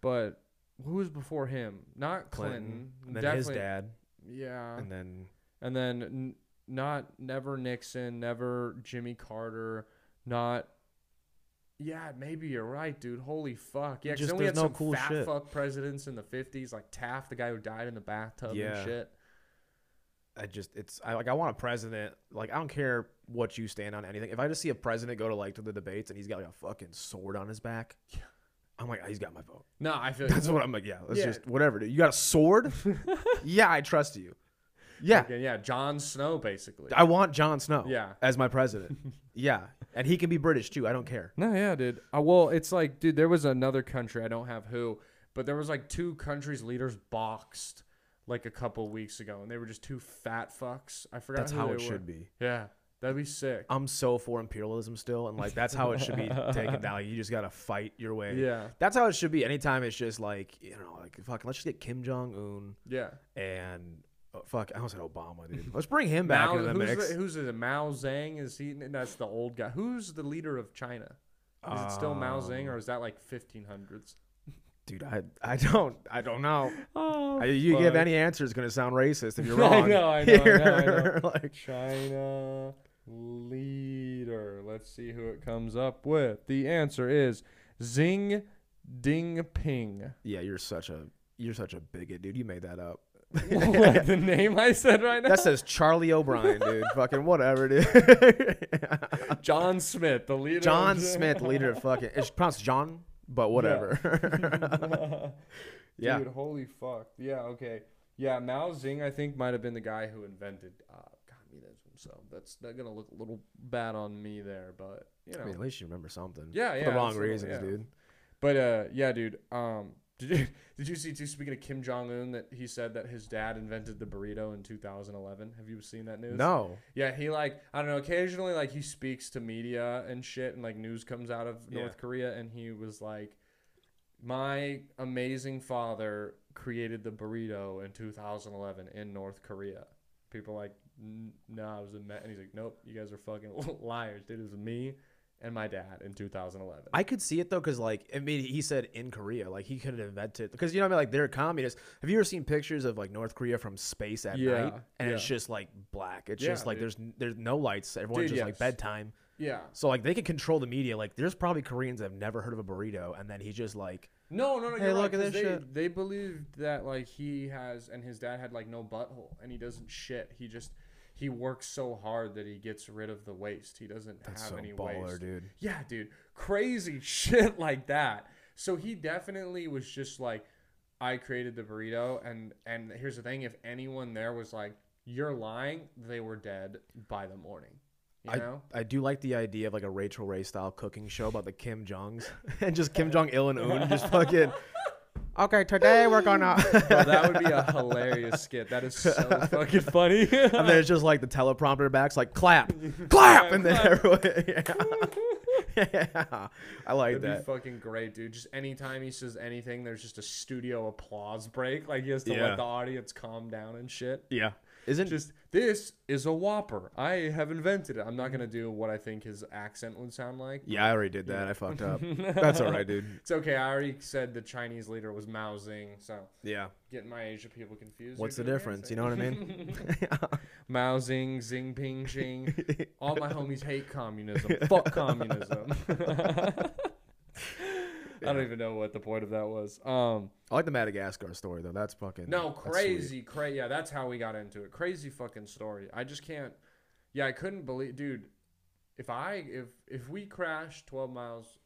A: but who was before him? Not Clinton.
B: Clinton, and then his
A: Definitely, Uh-huh.
B: dad,
A: Yeah.
B: and then
A: and then n- not never Nixon, never Jimmy Carter, not. Yeah, maybe you're right, dude. Holy fuck! Yeah, 'cause
B: Just
A: then we had
B: there's no
A: some
B: cool
A: fat
B: shit.
A: fuck presidents in the '50s, like Taft, the guy who died in the bathtub
B: Yeah.
A: and shit.
B: I just it's I like I want a president. Like I don't care what you stand on anything. If I just see a president go to like to the debates and he's got like a fucking sword on his back, yeah. I'm like he's got my vote.
A: No, I feel
B: That's what I'm like. Yeah, that's
A: Yeah.
B: just whatever. Dude. You got a sword? yeah, I trust you. Yeah,
A: Again, yeah, John Snow basically.
B: I want Jon Snow.
A: Yeah.
B: as my president. yeah, and he can be British too. I don't care.
A: No, yeah, dude. Uh, well, it's like, dude, there was another country I don't have who, but there was like two countries leaders boxed like a couple weeks ago, and they were just two fat fucks. I forgot.
B: That's
A: who
B: how
A: they
B: it
A: were.
B: should be.
A: Yeah, that'd be sick.
B: I'm so for imperialism still, and like that's how it should be taken down. Like, you just gotta fight your way.
A: Yeah,
B: That's how it should be. Anytime it's just like you know, like fucking, let's just get Kim Jong Un
A: yeah.
B: and oh, fuck. I almost said Obama, dude. Let's bring him back into the
A: who's
B: mix.
A: The, who's it? Mao Zedong is he? That's the old guy. Who's the leader of China? Is it still Mao Zedong or is that like 1500s?
B: dude, I I don't I don't know.
A: Oh,
B: I- you give any answer, it's gonna sound racist if you're wrong.
A: I know, I know, I know, I know.
B: like,
A: China leader. Let's see who it comes up with. The answer is Xing Dingping.
B: yeah, you're such a you're such a bigot, dude. You made that up.
A: what the name I said right now?
B: That says Charlie O'Brien, dude. fucking whatever, dude.
A: John Smith, the leader. of
B: John
A: the-
B: Smith, leader of fucking. It's pronounced John, but whatever. Yeah.
A: Dude, holy fuck. Yeah, okay. Yeah, Mao Zing, I think, might have been the guy who invented uh, communism. So that's not going to look a little bad on me there, but, you know.
B: I mean, at least you remember something.
A: Yeah,
B: For
A: yeah,
B: the wrong
A: absolutely,
B: reasons,
A: yeah.
B: dude.
A: But, uh, yeah, dude. Um, did you, did you see, too, speaking of Kim Jong Un, that he said that his dad invented the burrito in 2011? Have you seen that news?
B: No.
A: Yeah, he like I don't know. Occasionally, like he speaks to media and shit, and like news comes out of
B: Yeah.
A: North Korea, and he was like, "My amazing father created the burrito in 2011 in North Korea." People are like, "N- no, I was a me-. and he's like, "Nope, you guys are fucking liars, dude. It was me and my dad in 2011."
B: I could see it though, because like I mean, he said in Korea, like he could have invented because you know what I mean, like they're communists. Have you ever seen pictures of like North Korea from space at
A: Yeah,
B: night, and it's
A: yeah.
B: just like black. It's
A: Yeah,
B: just like
A: dude.
B: there's there's no lights. Everyone's
A: Dude,
B: just like
A: yes.
B: bedtime.
A: yeah.
B: So like they can control the media. Like there's probably Koreans that have never heard of a burrito, and then he's just like,
A: No, no, no.
B: Hey,
A: you're right,
B: look at
A: 'cause
B: this
A: they,
B: shit.
A: They believed that like he has and his dad had like no butthole and he doesn't shit. He just he works so hard that he gets rid of the waste. He doesn't have
B: so
A: any
B: baller,
A: waste.
B: dude.
A: Yeah, dude. Crazy shit like that. So he definitely was just like, I created the burrito and and here's the thing, if anyone there was like, You're lying, they were dead by the morning. You
B: I,
A: know?
B: I do like the idea of like a Rachel Ray style cooking show about the Kim Jongs and just Kim Jong Il and Un just fucking. Okay, today we're gonna.
A: Bro, that would be a hilarious skit. That is so fucking funny.
B: and then it's just like the teleprompter backs like clap, clap, and then everyone. Yeah. Yeah. I like
A: That'd
B: that.
A: be fucking great, dude. Just anytime he says anything, there's just a studio applause break. Like he has to
B: Yeah.
A: let the audience calm down and shit.
B: yeah, isn't
A: Just this is a whopper. I have invented it. I'm not gonna do what I think his accent would sound like.
B: yeah? I already did that. I fucked up. That's all right, dude.
A: It's okay. I already said the Chinese leader was Mao Zing, so
B: Yeah.
A: getting my Asia people confused.
B: What's the
A: You're doing
B: difference? You
A: accent.
B: know what I mean?
A: Mao Zing, Zing Ping Ching. All my homies hate communism. Fuck communism. I don't even know what the point of that was. Um,
B: I like the Madagascar story though. That's fucking
A: no,
B: that's sweet.
A: crazy, cra Yeah, that's how we got into it. Crazy fucking story. I just can't. Yeah, I couldn't believe, dude. If I if if we crashed twelve miles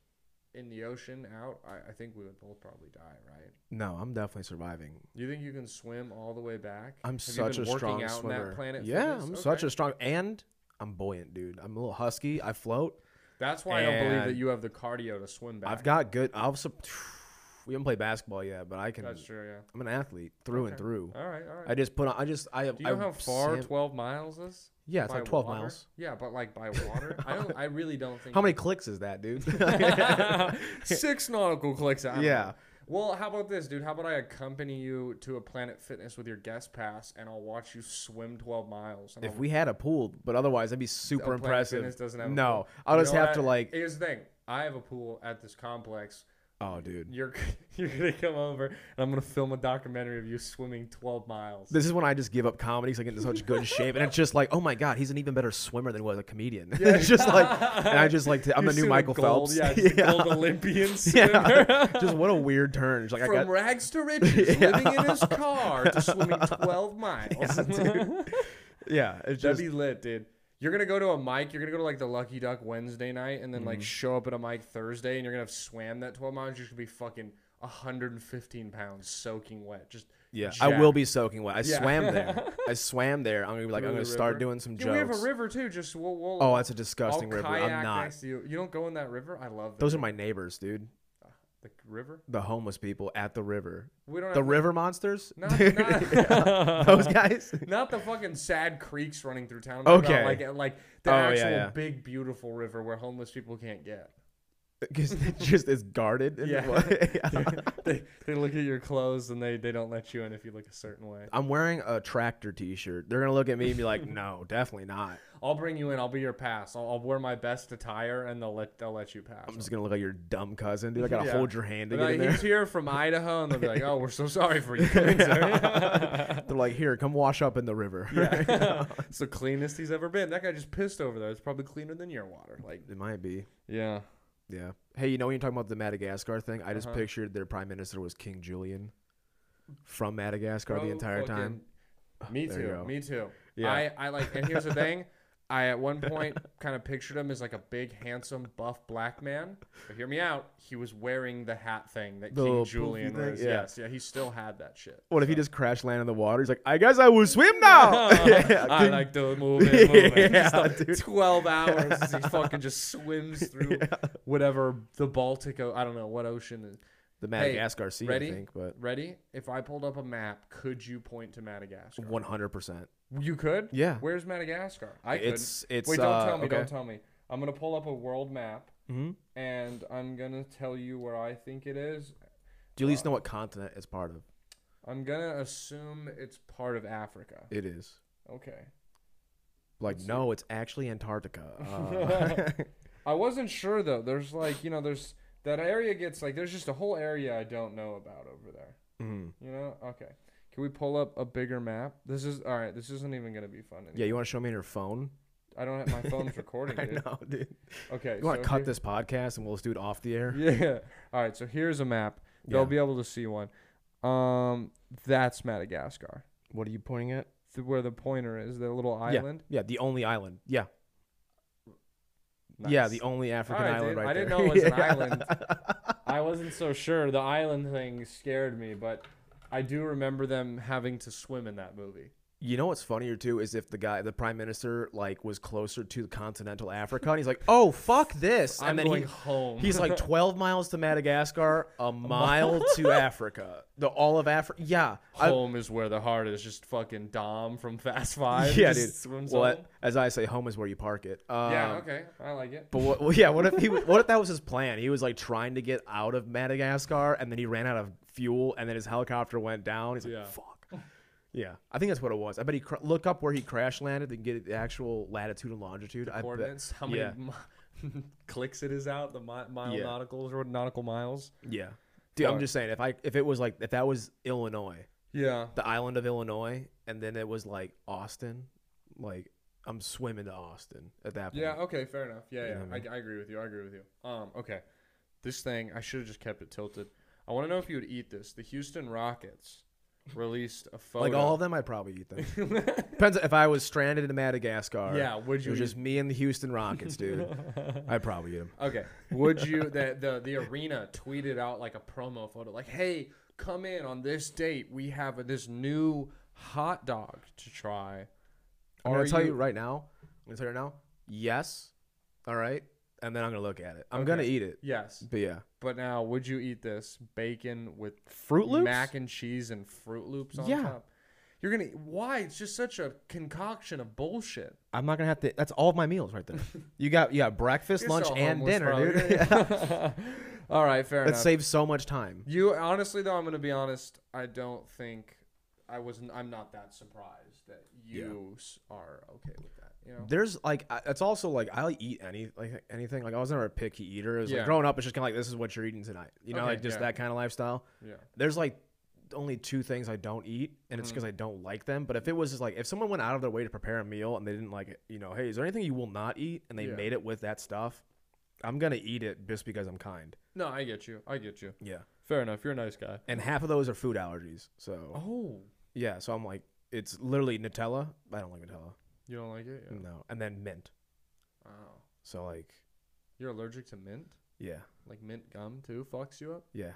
A: in the ocean out, I, I think we would both probably die, right?
B: No, I'm definitely surviving.
A: You think you can swim all the way back? Have
B: I'm
A: you
B: such
A: been
B: a
A: working
B: strong
A: out in
B: swimmer.
A: That planet
B: yeah,
A: Fitness?
B: I'm
A: Okay.
B: such a strong and I'm buoyant, dude. I'm a little husky. I float.
A: That's why I don't believe that
B: and-
A: you have the cardio to swim back.
B: I've got good. I've sup- we haven't played basketball yet, but I can.
A: That's true. Yeah.
B: I'm an athlete through and
A: Okay.
B: through.
A: All right. All right.
B: I just put on. I just. I.
A: Do you know
B: I
A: how far
B: sam-
A: twelve miles is?
B: yeah, it's
A: By
B: like 12
A: water?
B: miles.
A: Yeah, but like by water, I don't. I really don't think.
B: How many clicks is that, dude?
A: Six nautical clicks. I don't
B: Yeah.
A: know. Well, how about this, dude? How about I accompany you to a Planet Fitness with your guest pass, and I'll watch you swim 12 miles. and
B: if
A: I'll-
B: we had a pool, but otherwise, that'd
A: Oh,
B: be super
A: Planet
B: impressive.
A: Fitness doesn't have a
B: no,
A: pool.
B: I'll
A: You
B: just
A: know
B: have
A: what?
B: to like.
A: Here's the thing. I have a pool at this complex.
B: Oh, dude.
A: You're you're gonna come over, and I'm gonna film a documentary of you swimming 12 miles.
B: This is when I just give up comedy because I get into such good shape, and it's just like, oh my god, he's an even better swimmer than he was a comedian. it's just like, and I just like, to, I'm
A: You
B: the new
A: swim a
B: Michael
A: gold-
B: Phelps.
A: Yeah, just a gold Olympian swimmer.
B: Yeah. just what a weird turn. Just like
A: From
B: I got
A: rags to riches, living in his car to swimming 12 miles.
B: yeah, it's
A: That'd
B: just
A: be lit, dude. You're gonna go to a mic. You're gonna go to like the Lucky Duck Wednesday night, and then
B: Mm-hmm.
A: like show up at a mic Thursday, and you're gonna have swam that 12 miles. You're gonna be fucking 115 pounds, soaking wet. Just
B: yeah. I will
A: jacked.
B: be soaking wet. I
A: Yeah.
B: swam there. I swam there. I'm gonna be like,
A: Go
B: I'm
A: to
B: gonna
A: the
B: start
A: river.
B: doing some
A: Yeah, we have a
B: jokes.
A: river too. Just we'll, we'll
B: Oh, that's a
A: I'll
B: disgusting river.
A: kayak
B: I'm not.
A: Next to you. you don't go in that river. I love that.
B: Those are my neighbors, dude.
A: The river?
B: The homeless people at the river.
A: We don't
B: The
A: have
B: river monsters?
A: Uh, Not-
B: Dude,
A: not-
B: yeah. Those guys?
A: not the fucking sad creeks running through town. I'm talking about,
B: Okay.
A: like like the
B: Oh, yeah,
A: actual
B: yeah.
A: big beautiful river where homeless people can't get.
B: Because it just is guarded. and-
A: Yeah. they, they look at your clothes and they, they don't let you in if you look a certain way.
B: I'm wearing a tractor t shirt. They're going to look at me and be like, no, definitely not.
A: I'll bring you in. I'll be your pass. I'll, I'll wear my best attire and they'll let they'll let you pass.
B: I'm just going to look like your dumb cousin, dude. I got to
A: Yeah.
B: hold your hand to
A: They're
B: get in
A: like,
B: there.
A: he's here from Idaho, and they'll be like, "Oh, we're so sorry for you." coming, sir."
B: They're like, here, come wash up in the river.
A: yeah. it's the cleanest he's ever been. That guy just pissed over there. It's probably cleaner than your water. Like,
B: it might be.
A: yeah.
B: Yeah. Hey, you know when you're talking about the Madagascar thing, I just
A: Uh-huh.
B: pictured their prime minister was King Julian from Madagascar the
A: Pro
B: entire
A: Oh, fucking-
B: time.
A: Me
B: There you
A: too.
B: go.
A: Me too.
B: Yeah.
A: I, I like, and here's the thing. I at one point kind of pictured him as like a big, handsome, buff black man. But hear me out. He was wearing the hat thing that
B: The
A: King
B: little
A: Julian
B: poofy thing?
A: wears.
B: Yeah.
A: Yes, yeah. He still had that shit.
B: What if he just crashed land in the water? He's like, I guess I will swim now. Yeah,
A: I
B: King-
A: like to move it, move it.
B: Yeah,
A: Just like
B: dude.
A: Twelve hours, as he fucking just swims through whatever the Baltic. O- I don't know what ocean is.
B: the Madagascar Sea,
A: ready?
B: I think, but
A: Ready? If I pulled up a map, could you point to Madagascar?
B: 100%.
A: You could.
B: Yeah.
A: Where's Madagascar? I could.
B: It's it's
A: Wait, don't
B: uh,
A: tell me.
B: okay.
A: Don't tell me. I'm gonna pull up a world map
B: Mhm.
A: and I'm gonna tell you where I think it is.
B: Do you at least know what continent it's part of?
A: I'm gonna assume it's part of Africa.
B: It is.
A: Okay.
B: Like,
A: Let's see.
B: no, it's actually Antarctica. Uh,
A: I wasn't sure though. There's like you know there's that area gets like there's just a whole area I don't know about over there.
B: mhm.
A: You know? Okay. Can we pull up a bigger map? This is all right. This isn't even gonna be fun. Anymore.
B: Yeah, you want to show me on your phone?
A: I don't have my phone's recording,
B: I
A: dude.
B: know, dude.
A: Okay.
B: You want
A: so
B: to cut
A: here-
B: this podcast and we'll just do it off the air?
A: Yeah. All right. So here's a map. They'll
B: Yeah.
A: be able to see one. Um, that's Madagascar.
B: What are you pointing at?
A: Th- where the pointer is, the little
B: Yeah.
A: island.
B: Yeah, the only island. Yeah. Yeah,
A: Nice.
B: the only African
A: All right,
B: island
A: dude.
B: right
A: I didn't
B: there.
A: know it was an
B: Yeah.
A: island. I wasn't so sure. The island thing scared me, but I do remember them having to swim in that movie.
B: You know what's funnier too is if the guy, the prime minister, like was closer to continental Africa, and he's like, "Oh fuck this," and
A: I'm
B: then
A: going
B: he,
A: home.
B: he's like twelve miles to Madagascar, a mile to Africa, the all of Africa. Yeah, I-
A: home is where the heart is. Just fucking Dom from Fast Five.
B: yeah,
A: just
B: dude.
A: Swims
B: Well,
A: home.
B: as I say, home is where you park it. Um,
A: yeah. Okay. I like it.
B: But what, well, yeah, what if he? What if that was his plan? He was like trying to get out of Madagascar, and then he ran out of fuel, and then his helicopter went down. He's like,
A: Yeah.
B: "Fuck." Yeah, I think that's what it was. I bet he cr- look up where he crash landed and get the actual latitude and longitude. I bet.
A: Coordinates. How many
B: yeah.
A: mi- clicks it is out? The mi- mile
B: Yeah.
A: nauticals or nautical miles?
B: Yeah, dude, I'm
A: Fuck.
B: just saying if I if it was like if that was Illinois,
A: Yeah.
B: the island of Illinois, and then it was like Austin, like I'm swimming to Austin at that point.
A: Yeah. Okay. Fair enough. Yeah.
B: You
A: Yeah.
B: know what I
A: I, I agree with you. I agree with you. Um. Okay. This thing, I should have just kept it tilted. I want to know if you would eat this. The Houston Rockets released a photo.
B: like all of them, I probably eat them. Depends if I was stranded in Madagascar.
A: Yeah, would
B: It
A: you
B: was just me and the Houston Rockets, dude. I'd probably eat them.
A: Okay. Would you the, the the arena tweeted out like a promo photo like, "Hey, come in on this date. We have this new hot dog to try."
B: I'm
A: Are
B: gonna tell you,
A: you-
B: right now. I'm gonna tell you right now. Yes. All right. And then I'm gonna look at it. I'm gonna
A: Okay.
B: eat it.
A: Yes.
B: But yeah,
A: But now, would you eat this bacon with
B: Fruit Loops?
A: mac and cheese, and Fruit Loops on
B: Yeah.
A: top? You're gonna why? It's just such a concoction of bullshit.
B: I'm not gonna have to. That's all of my meals right there. you got you got breakfast,
A: You're
B: lunch,
A: so
B: and
A: homeless,
B: dinner,
A: bro.
B: dude.
A: All right, fair
B: that
A: enough.
B: saves so much time.
A: you honestly, though, I'm gonna be honest. I don't think I wasn't. I'm not that surprised that you s are okay with that. You know,
B: There's like I- it's also like I'll eat any like anything. Like I was never a picky eater. It was
A: Yeah.
B: like growing up, it's just kind of like this is what you're eating tonight. You know,
A: Okay,
B: like just
A: yeah.
B: that kind of lifestyle.
A: yeah.
B: There's like only two things I don't eat, and
A: Mm.
B: it's because I don't like them. But if it was just like if someone went out of their way to prepare a meal and they didn't like it, you know, hey, is there anything you will not eat? And they
A: Yeah.
B: made it with that stuff. I'm gonna eat it just because I'm kind.
A: No, I get you. I get you.
B: Yeah.
A: Fair enough. You're a nice guy.
B: And half of those are food allergies. So
A: Oh,
B: yeah, so I'm like, it's literally Nutella. I don't like Nutella.
A: you don't like it? Yeah.
B: No, and then mint.
A: Oh,
B: So like,
A: you're allergic to mint.
B: yeah,
A: Like mint gum too fucks you up.
B: yeah,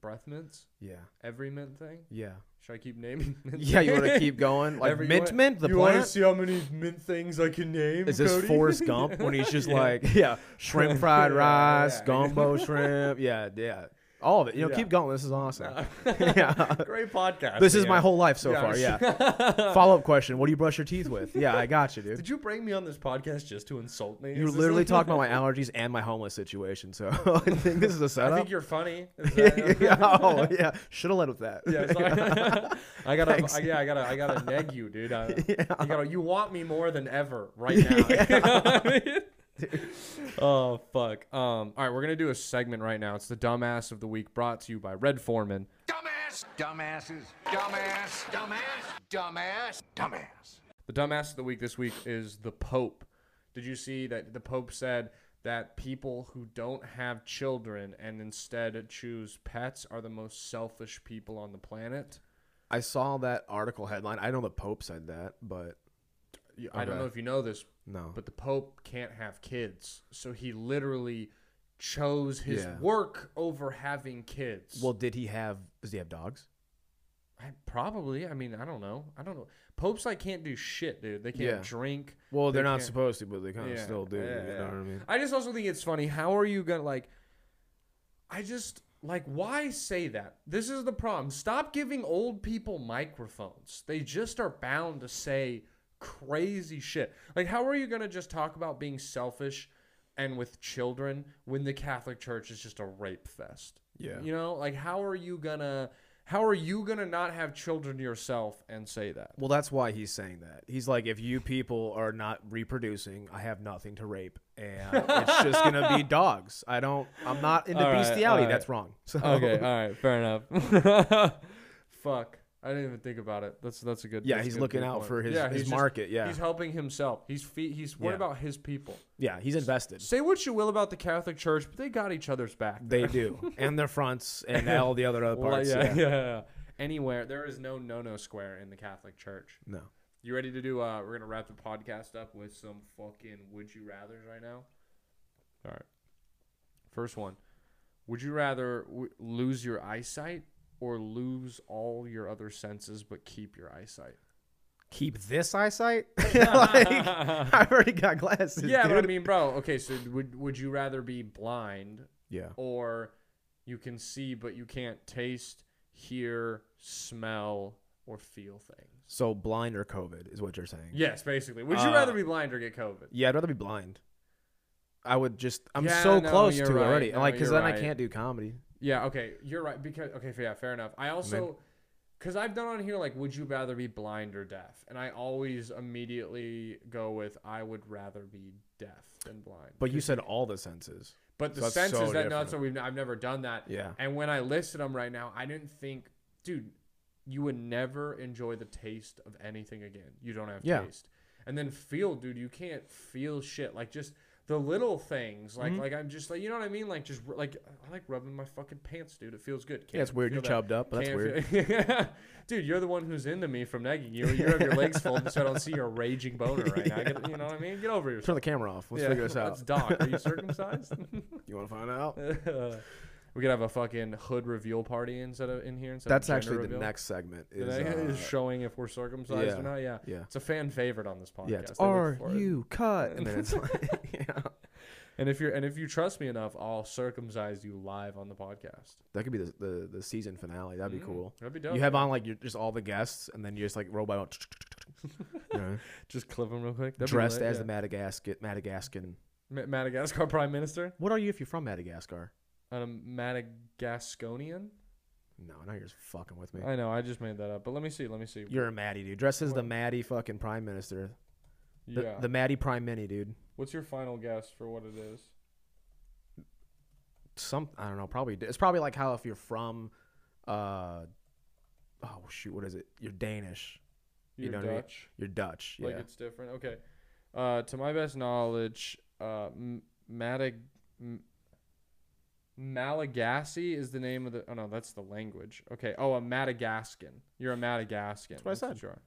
A: Breath mints.
B: yeah,
A: Every mint thing.
B: yeah,
A: Should I keep naming? Mint
B: yeah. You want to
A: things?
B: keep going? Like
A: Every- you
B: mint,
A: wanna-
B: mint the
A: you want to
B: plant.
A: see how many mint things I can name?
B: Is this
A: Cody?
B: Forrest Gump when he's just
A: Yeah.
B: like, yeah, shrimp fried
A: Yeah,
B: rice,
A: yeah.
B: gumbo shrimp, yeah, yeah, All of it. You know,
A: Yeah.
B: keep going. This is awesome. yeah.
A: Great podcast.
B: This is
A: man.
B: my whole life so
A: Yeah.
B: far. Yeah. Follow up question: What do you brush your teeth with? Yeah, I got you, dude.
A: Did you bring me on this podcast just to insult me?
B: You
A: Is this
B: literally
A: a-
B: talked about my allergies and my homeless situation, so I think this is a
A: I
B: setup.
A: think you're funny. Is that-
B: yeah, oh, yeah. Should have led with that.
A: Yeah, so I, I gotta,
B: Thanks.
A: I, yeah, I gotta, I gotta neg you, dude. I,
B: Yeah.
A: You gotta, you want me more than ever right now. You know what I mean? Oh fuck. Um. All right, we're gonna do a segment right now. It's the dumbass of the week, brought to you by Red Foreman.
C: Dumbass, dumbasses, dumbass, dumbass, dumbass, dumbass.
A: The dumbass of the week this week is the Pope. Did you see that the Pope said that people who don't have children and instead choose pets are the most selfish people on the planet?
B: I saw that article headline. I know the Pope said that, but
A: I don't
B: Okay.
A: know if you know this,
B: no.
A: but the Pope can't have kids. So he literally chose his
B: Yeah.
A: work over having kids.
B: well, did he have? Does he have dogs?
A: I, probably. I mean, I don't know. I don't know. Popes like can't do shit, dude. They can't
B: Yeah.
A: drink.
B: Well,
A: They
B: they're not
A: can't-
B: supposed to, but they kind of
A: Yeah,
B: still do.
A: yeah,
B: you know
A: yeah.
B: what I mean?
A: I just also think it's funny. How are you gonna like? I just like why say that? This is the problem. Stop giving old people microphones. They just are bound to say crazy shit. Like how are you gonna just talk about being selfish and with children when the Catholic Church is just a rape fest?
B: Yeah.
A: You know, like how are you gonna how are you gonna not have children yourself and say that?
B: Well, that's why he's saying that. He's like, if you people are not reproducing, I have nothing to rape, and it's just gonna be dogs. I don't. I'm not into
A: All right,
B: bestiality.
A: all right.
B: That's wrong. So
A: Okay, all right, fair enough. Fuck, I didn't even think about it. That's that's a good.
B: Yeah,
A: that's a
B: he's
A: good
B: looking out
A: viewpoint.
B: for his- his
A: he's
B: market, yeah.
A: he's helping himself. He's fe- he's what
B: Yeah.
A: about his people?
B: yeah,
A: uh,
B: he's invested.
A: Say what you will about the Catholic Church, but they got each other's back.
B: They do, and their fronts, and all the other other
A: Well,
B: parts.
A: yeah,
B: yeah.
A: yeah, yeah. Anywhere there is no no no square in the Catholic Church.
B: No.
A: You ready to do? Uh, we're gonna wrap the podcast up with some fucking would you rather's right now. All right. First one. Would you rather w- lose your eyesight or lose all your other senses but keep your eyesight?
B: Keep this eyesight. like, I've already got glasses.
A: yeah, but I
B: dude.
A: mean, bro. Okay, so would would you rather be blind
B: yeah.
A: or you can see but you can't taste, hear, smell, or feel things?
B: So blind or COVID is what you're saying.
A: Yes, basically. Would you
B: Uh,
A: rather be blind or get COVID?
B: Yeah, I'd rather be blind. I would just. I'm
A: Yeah,
B: so
A: no,
B: close to
A: you're
B: it
A: right.
B: already.
A: No,
B: like, because
A: you're
B: then I
A: right.
B: can't do comedy.
A: Yeah, okay, you're right because okay, yeah, fair enough. I also cuz I've done on here like would you rather be blind or deaf? And I always immediately go with I would rather be deaf than blind.
B: But you said all the senses.
A: But the
B: that's
A: sense
B: so
A: is that no,
B: different.
A: so we've I've never done that.
B: Yeah.
A: And when I listed them right now, I didn't think, dude, you would never enjoy the taste of anything again. You don't have
B: Yeah.
A: taste. And then feel, dude, you can't feel shit. Like just the little things,
B: Mm-hmm.
A: like like I'm just like you know what I mean. Like just r- like I like rubbing my fucking pants, dude. It feels good. Can't
B: Yeah, it's weird.
A: feel
B: You're
A: that.
B: chubbed up, but that's weird.
A: Can't feel- dude, you're the one who's into me from nagging you. You have your legs folded, so I don't see your raging boner right now. Get, you know what I mean? Get over yourself.
B: Turn the camera off. Let's figure this out.
A: That's Doc. Are you circumcised?
B: You want to find out?
A: we could have a fucking hood reveal party instead of in here. Instead
B: That's
A: of gender
B: actually the
A: reveal.
B: next segment. Is,
A: Today is
B: uh,
A: showing if we're circumcised
B: yeah,
A: or not. Yeah,
B: yeah.
A: It's a fan favorite on this podcast.
B: yeah, it's
A: They look
B: are
A: for it.
B: you cut? And then it's like, yeah.
A: And if you're and if you trust me enough, I'll circumcise you live on the podcast.
B: That could be the, the, the season finale. That'd be cool.
A: That'd be dope.
B: you have on like your, just all the guests, and then you just like robot you know,
A: just clip him real quick. That'd be
B: dressed
A: lit,
B: as
A: yeah.
B: the Madagascar Madagascan.
A: Ma- Madagascar Prime Minister,
B: What are you if you're from Madagascar?
A: a Madagasconian.
B: No, now you're just fucking with me.
A: I know, I just made that up, but let me see. Let me see.
B: You're a Maddie dude. Dressed as the Maddie fucking prime minister. The,
A: yeah.
B: the Maddie prime mini dude.
A: What's your final guess for what it is?
B: Some I don't know. Probably it's probably like how if you're from, uh, oh shoot, what is it? You're Danish.
A: You're
B: know what I mean?
A: Dutch.
B: You're Dutch. Yeah.
A: Like it's different. Okay. Uh, to my best knowledge, uh, M- Madag M- Malagasy is the name of the. Oh no, that's the language. Okay. Oh, a Madagascan. You're a Madagascan. That's
B: what I said.
A: Sure.
B: Making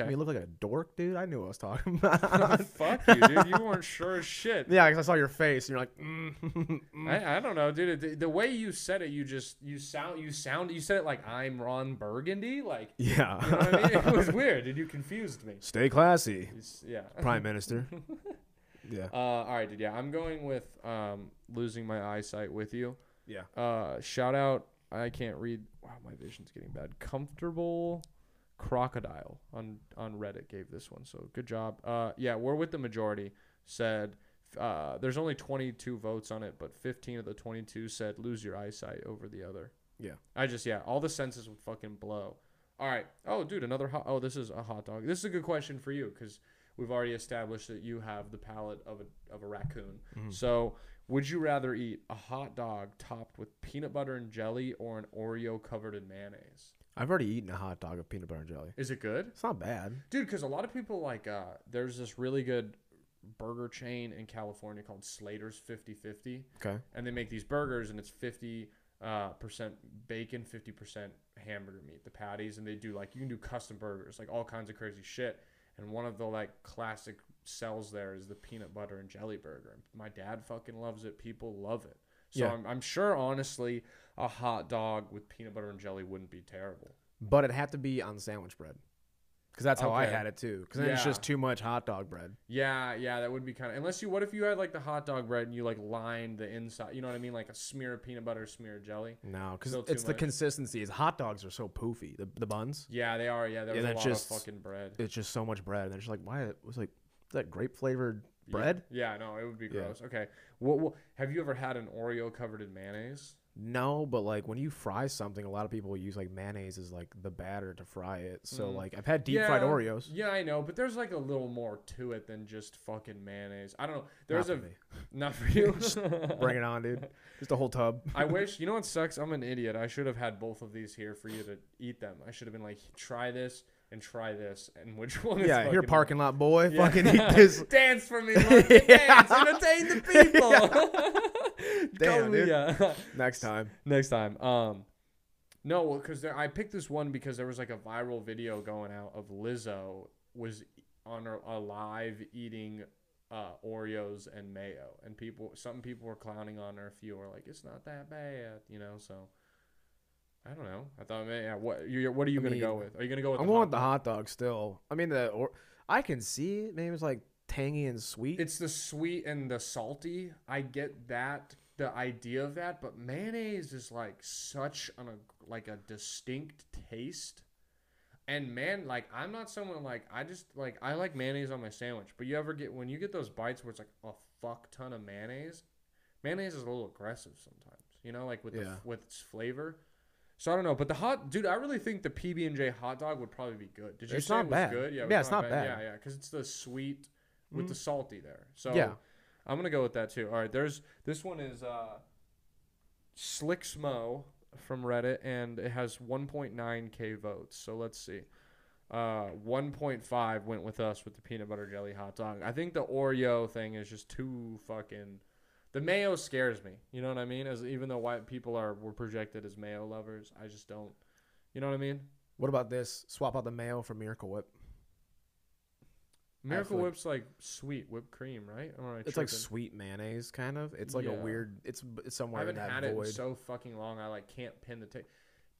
A: Okay.
B: me look like a dork, dude. I knew what I was talking about.
A: Fuck you, dude. You weren't sure as shit.
B: yeah, because I saw your face and you're like, mm,
A: I, I don't know, dude. The, the way you said it, you just you sound you sound you said it like I'm Ron Burgundy. Like,
B: yeah.
A: you know what I mean? It was weird, dude. You confused me.
B: Stay classy,
A: You s- Yeah.
B: prime minister. yeah.
A: Uh, all right, dude. Yeah, I'm going with um, losing my eyesight with you.
B: Yeah.
A: Uh, shout out. I can't read. Wow, my vision's getting bad. Comfortable crocodile on on Reddit gave this one. So good job. Uh, yeah, we're with the majority. Said uh, there's only 22 votes on it, but 15 of the 22 said lose your eyesight over the other.
B: Yeah.
A: I just yeah, all the senses would fucking blow. All right. Oh, dude, another hot. Oh, this is a hot dog. This is a good question for you because we've already established that you have the palate of a of a raccoon. So, would you rather eat a hot dog topped with peanut butter and jelly or an Oreo covered in mayonnaise?
B: I've already eaten a hot dog of peanut butter and jelly.
A: Is it good,
B: It's not bad.
A: dude? Because a lot of people like uh, there's this really good burger chain in California called Slater's 50-50
B: Okay.
A: and they make these burgers and it's 50 uh, percent bacon 50% hamburger meat the patties and they do like you can do custom burgers like all kinds of crazy shit and one of the like classic sells there is the peanut butter and jelly burger my dad fucking loves it people love it so
B: Yeah.
A: I'm, I'm sure honestly a hot dog with peanut butter and jelly wouldn't be terrible
B: But it had to be on sandwich bread. Because that's how I
A: Okay.
B: had it too. Because then it's
A: Yeah.
B: just too much hot dog bread.
A: yeah yeah that would be kind of unless you what if you had like the hot dog bread and you like lined the inside you know what i mean like a smear of peanut butter smear of jelly
B: No, because
A: Still too
B: it's the
A: much.
B: consistency. Is hot dogs are so poofy. The, the buns,
A: yeah they are yeah there's
B: then
A: a lot
B: just-
A: of fucking bread
B: it's just so much bread. And they're just like, why? It was like is that grape flavored bread?
A: Yeah, no, it would be gross. Okay. What, what have you ever had an Oreo covered in mayonnaise?
B: No, but like when you fry something, a lot of people use like mayonnaise as like the batter to fry it. So like I've had deep fried
A: Mm. Yeah,
B: Oreos.
A: Yeah, I know, but there's like a little more to it than just fucking mayonnaise. I don't know. There's
B: Not
A: a
B: for me.
A: not for you.
B: Bring it on, dude. Just a whole tub.
A: I wish you know what sucks. I'm an idiot. I should have had both of these here for you to eat them. I should have been like, try this and try this, and which one? is
B: yeah, you're
A: fucking-
B: parking lot boy.
A: Yeah.
B: Fucking eat this.
A: dance for me, Mark. Dance, entertain the people. Go,
B: Damn, dude.
A: Leah.
B: Next time.
A: next time. Um, no, because I picked this one because there was like a viral video going out of Lizzo was on a, a live eating uh, Oreos and mayo, and people, some people were clowning on her. A few were like, "It's not that bad," you know. So I don't know. I thought, man, yeah, what you, what are you gonna go
B: mean,
A: with? Are you gonna go with?
B: I'm
A: the
B: going
A: hot
B: with the
A: dog?
B: hot dog still. I mean the or I can see it. Maybe it's like tangy and sweet.
A: It's the sweet and the salty. I get that the idea of that, but mayonnaise is like such an a, like a distinct taste. And man, like I'm not someone like I just like I like mayonnaise on my sandwich. But you ever get when you get those bites where it's like a fuck ton of mayonnaise? Mayonnaise is a little aggressive sometimes. You know, like with the,
B: Yeah.
A: with its flavor. So I don't know, but the hot dude, I really think the PB and J hot dog would probably be good. Did you
B: It's
A: say
B: not
A: it was
B: bad.
A: good? it was
B: Yeah, it's not bad.
A: Yeah, yeah, because it's the sweet with the salty there. So
B: Mm. Yeah.
A: I'm gonna go with that too. All right, there's this one is uh, Slick Smo from Reddit, and it has 1.9k votes. So let's see. Uh, 1.5 went with us with the peanut butter jelly hot dog. I think the Oreo thing is just too fucking. The mayo scares me. You know what I mean? As even though white people are were projected as mayo lovers, I just don't. You know what I mean?
B: what about this? Swap out the mayo for Miracle Whip.
A: Miracle
B: Absolutely.
A: Whip's like sweet whipped cream, right? Or am I
B: It's like
A: tripping?
B: sweet mayonnaise, kind of. It's like a
A: Yeah.
B: weird. It's,
A: I
B: it's somewhere in
A: haven't
B: that
A: had
B: void.
A: it in so fucking long. I like can't pin the tape.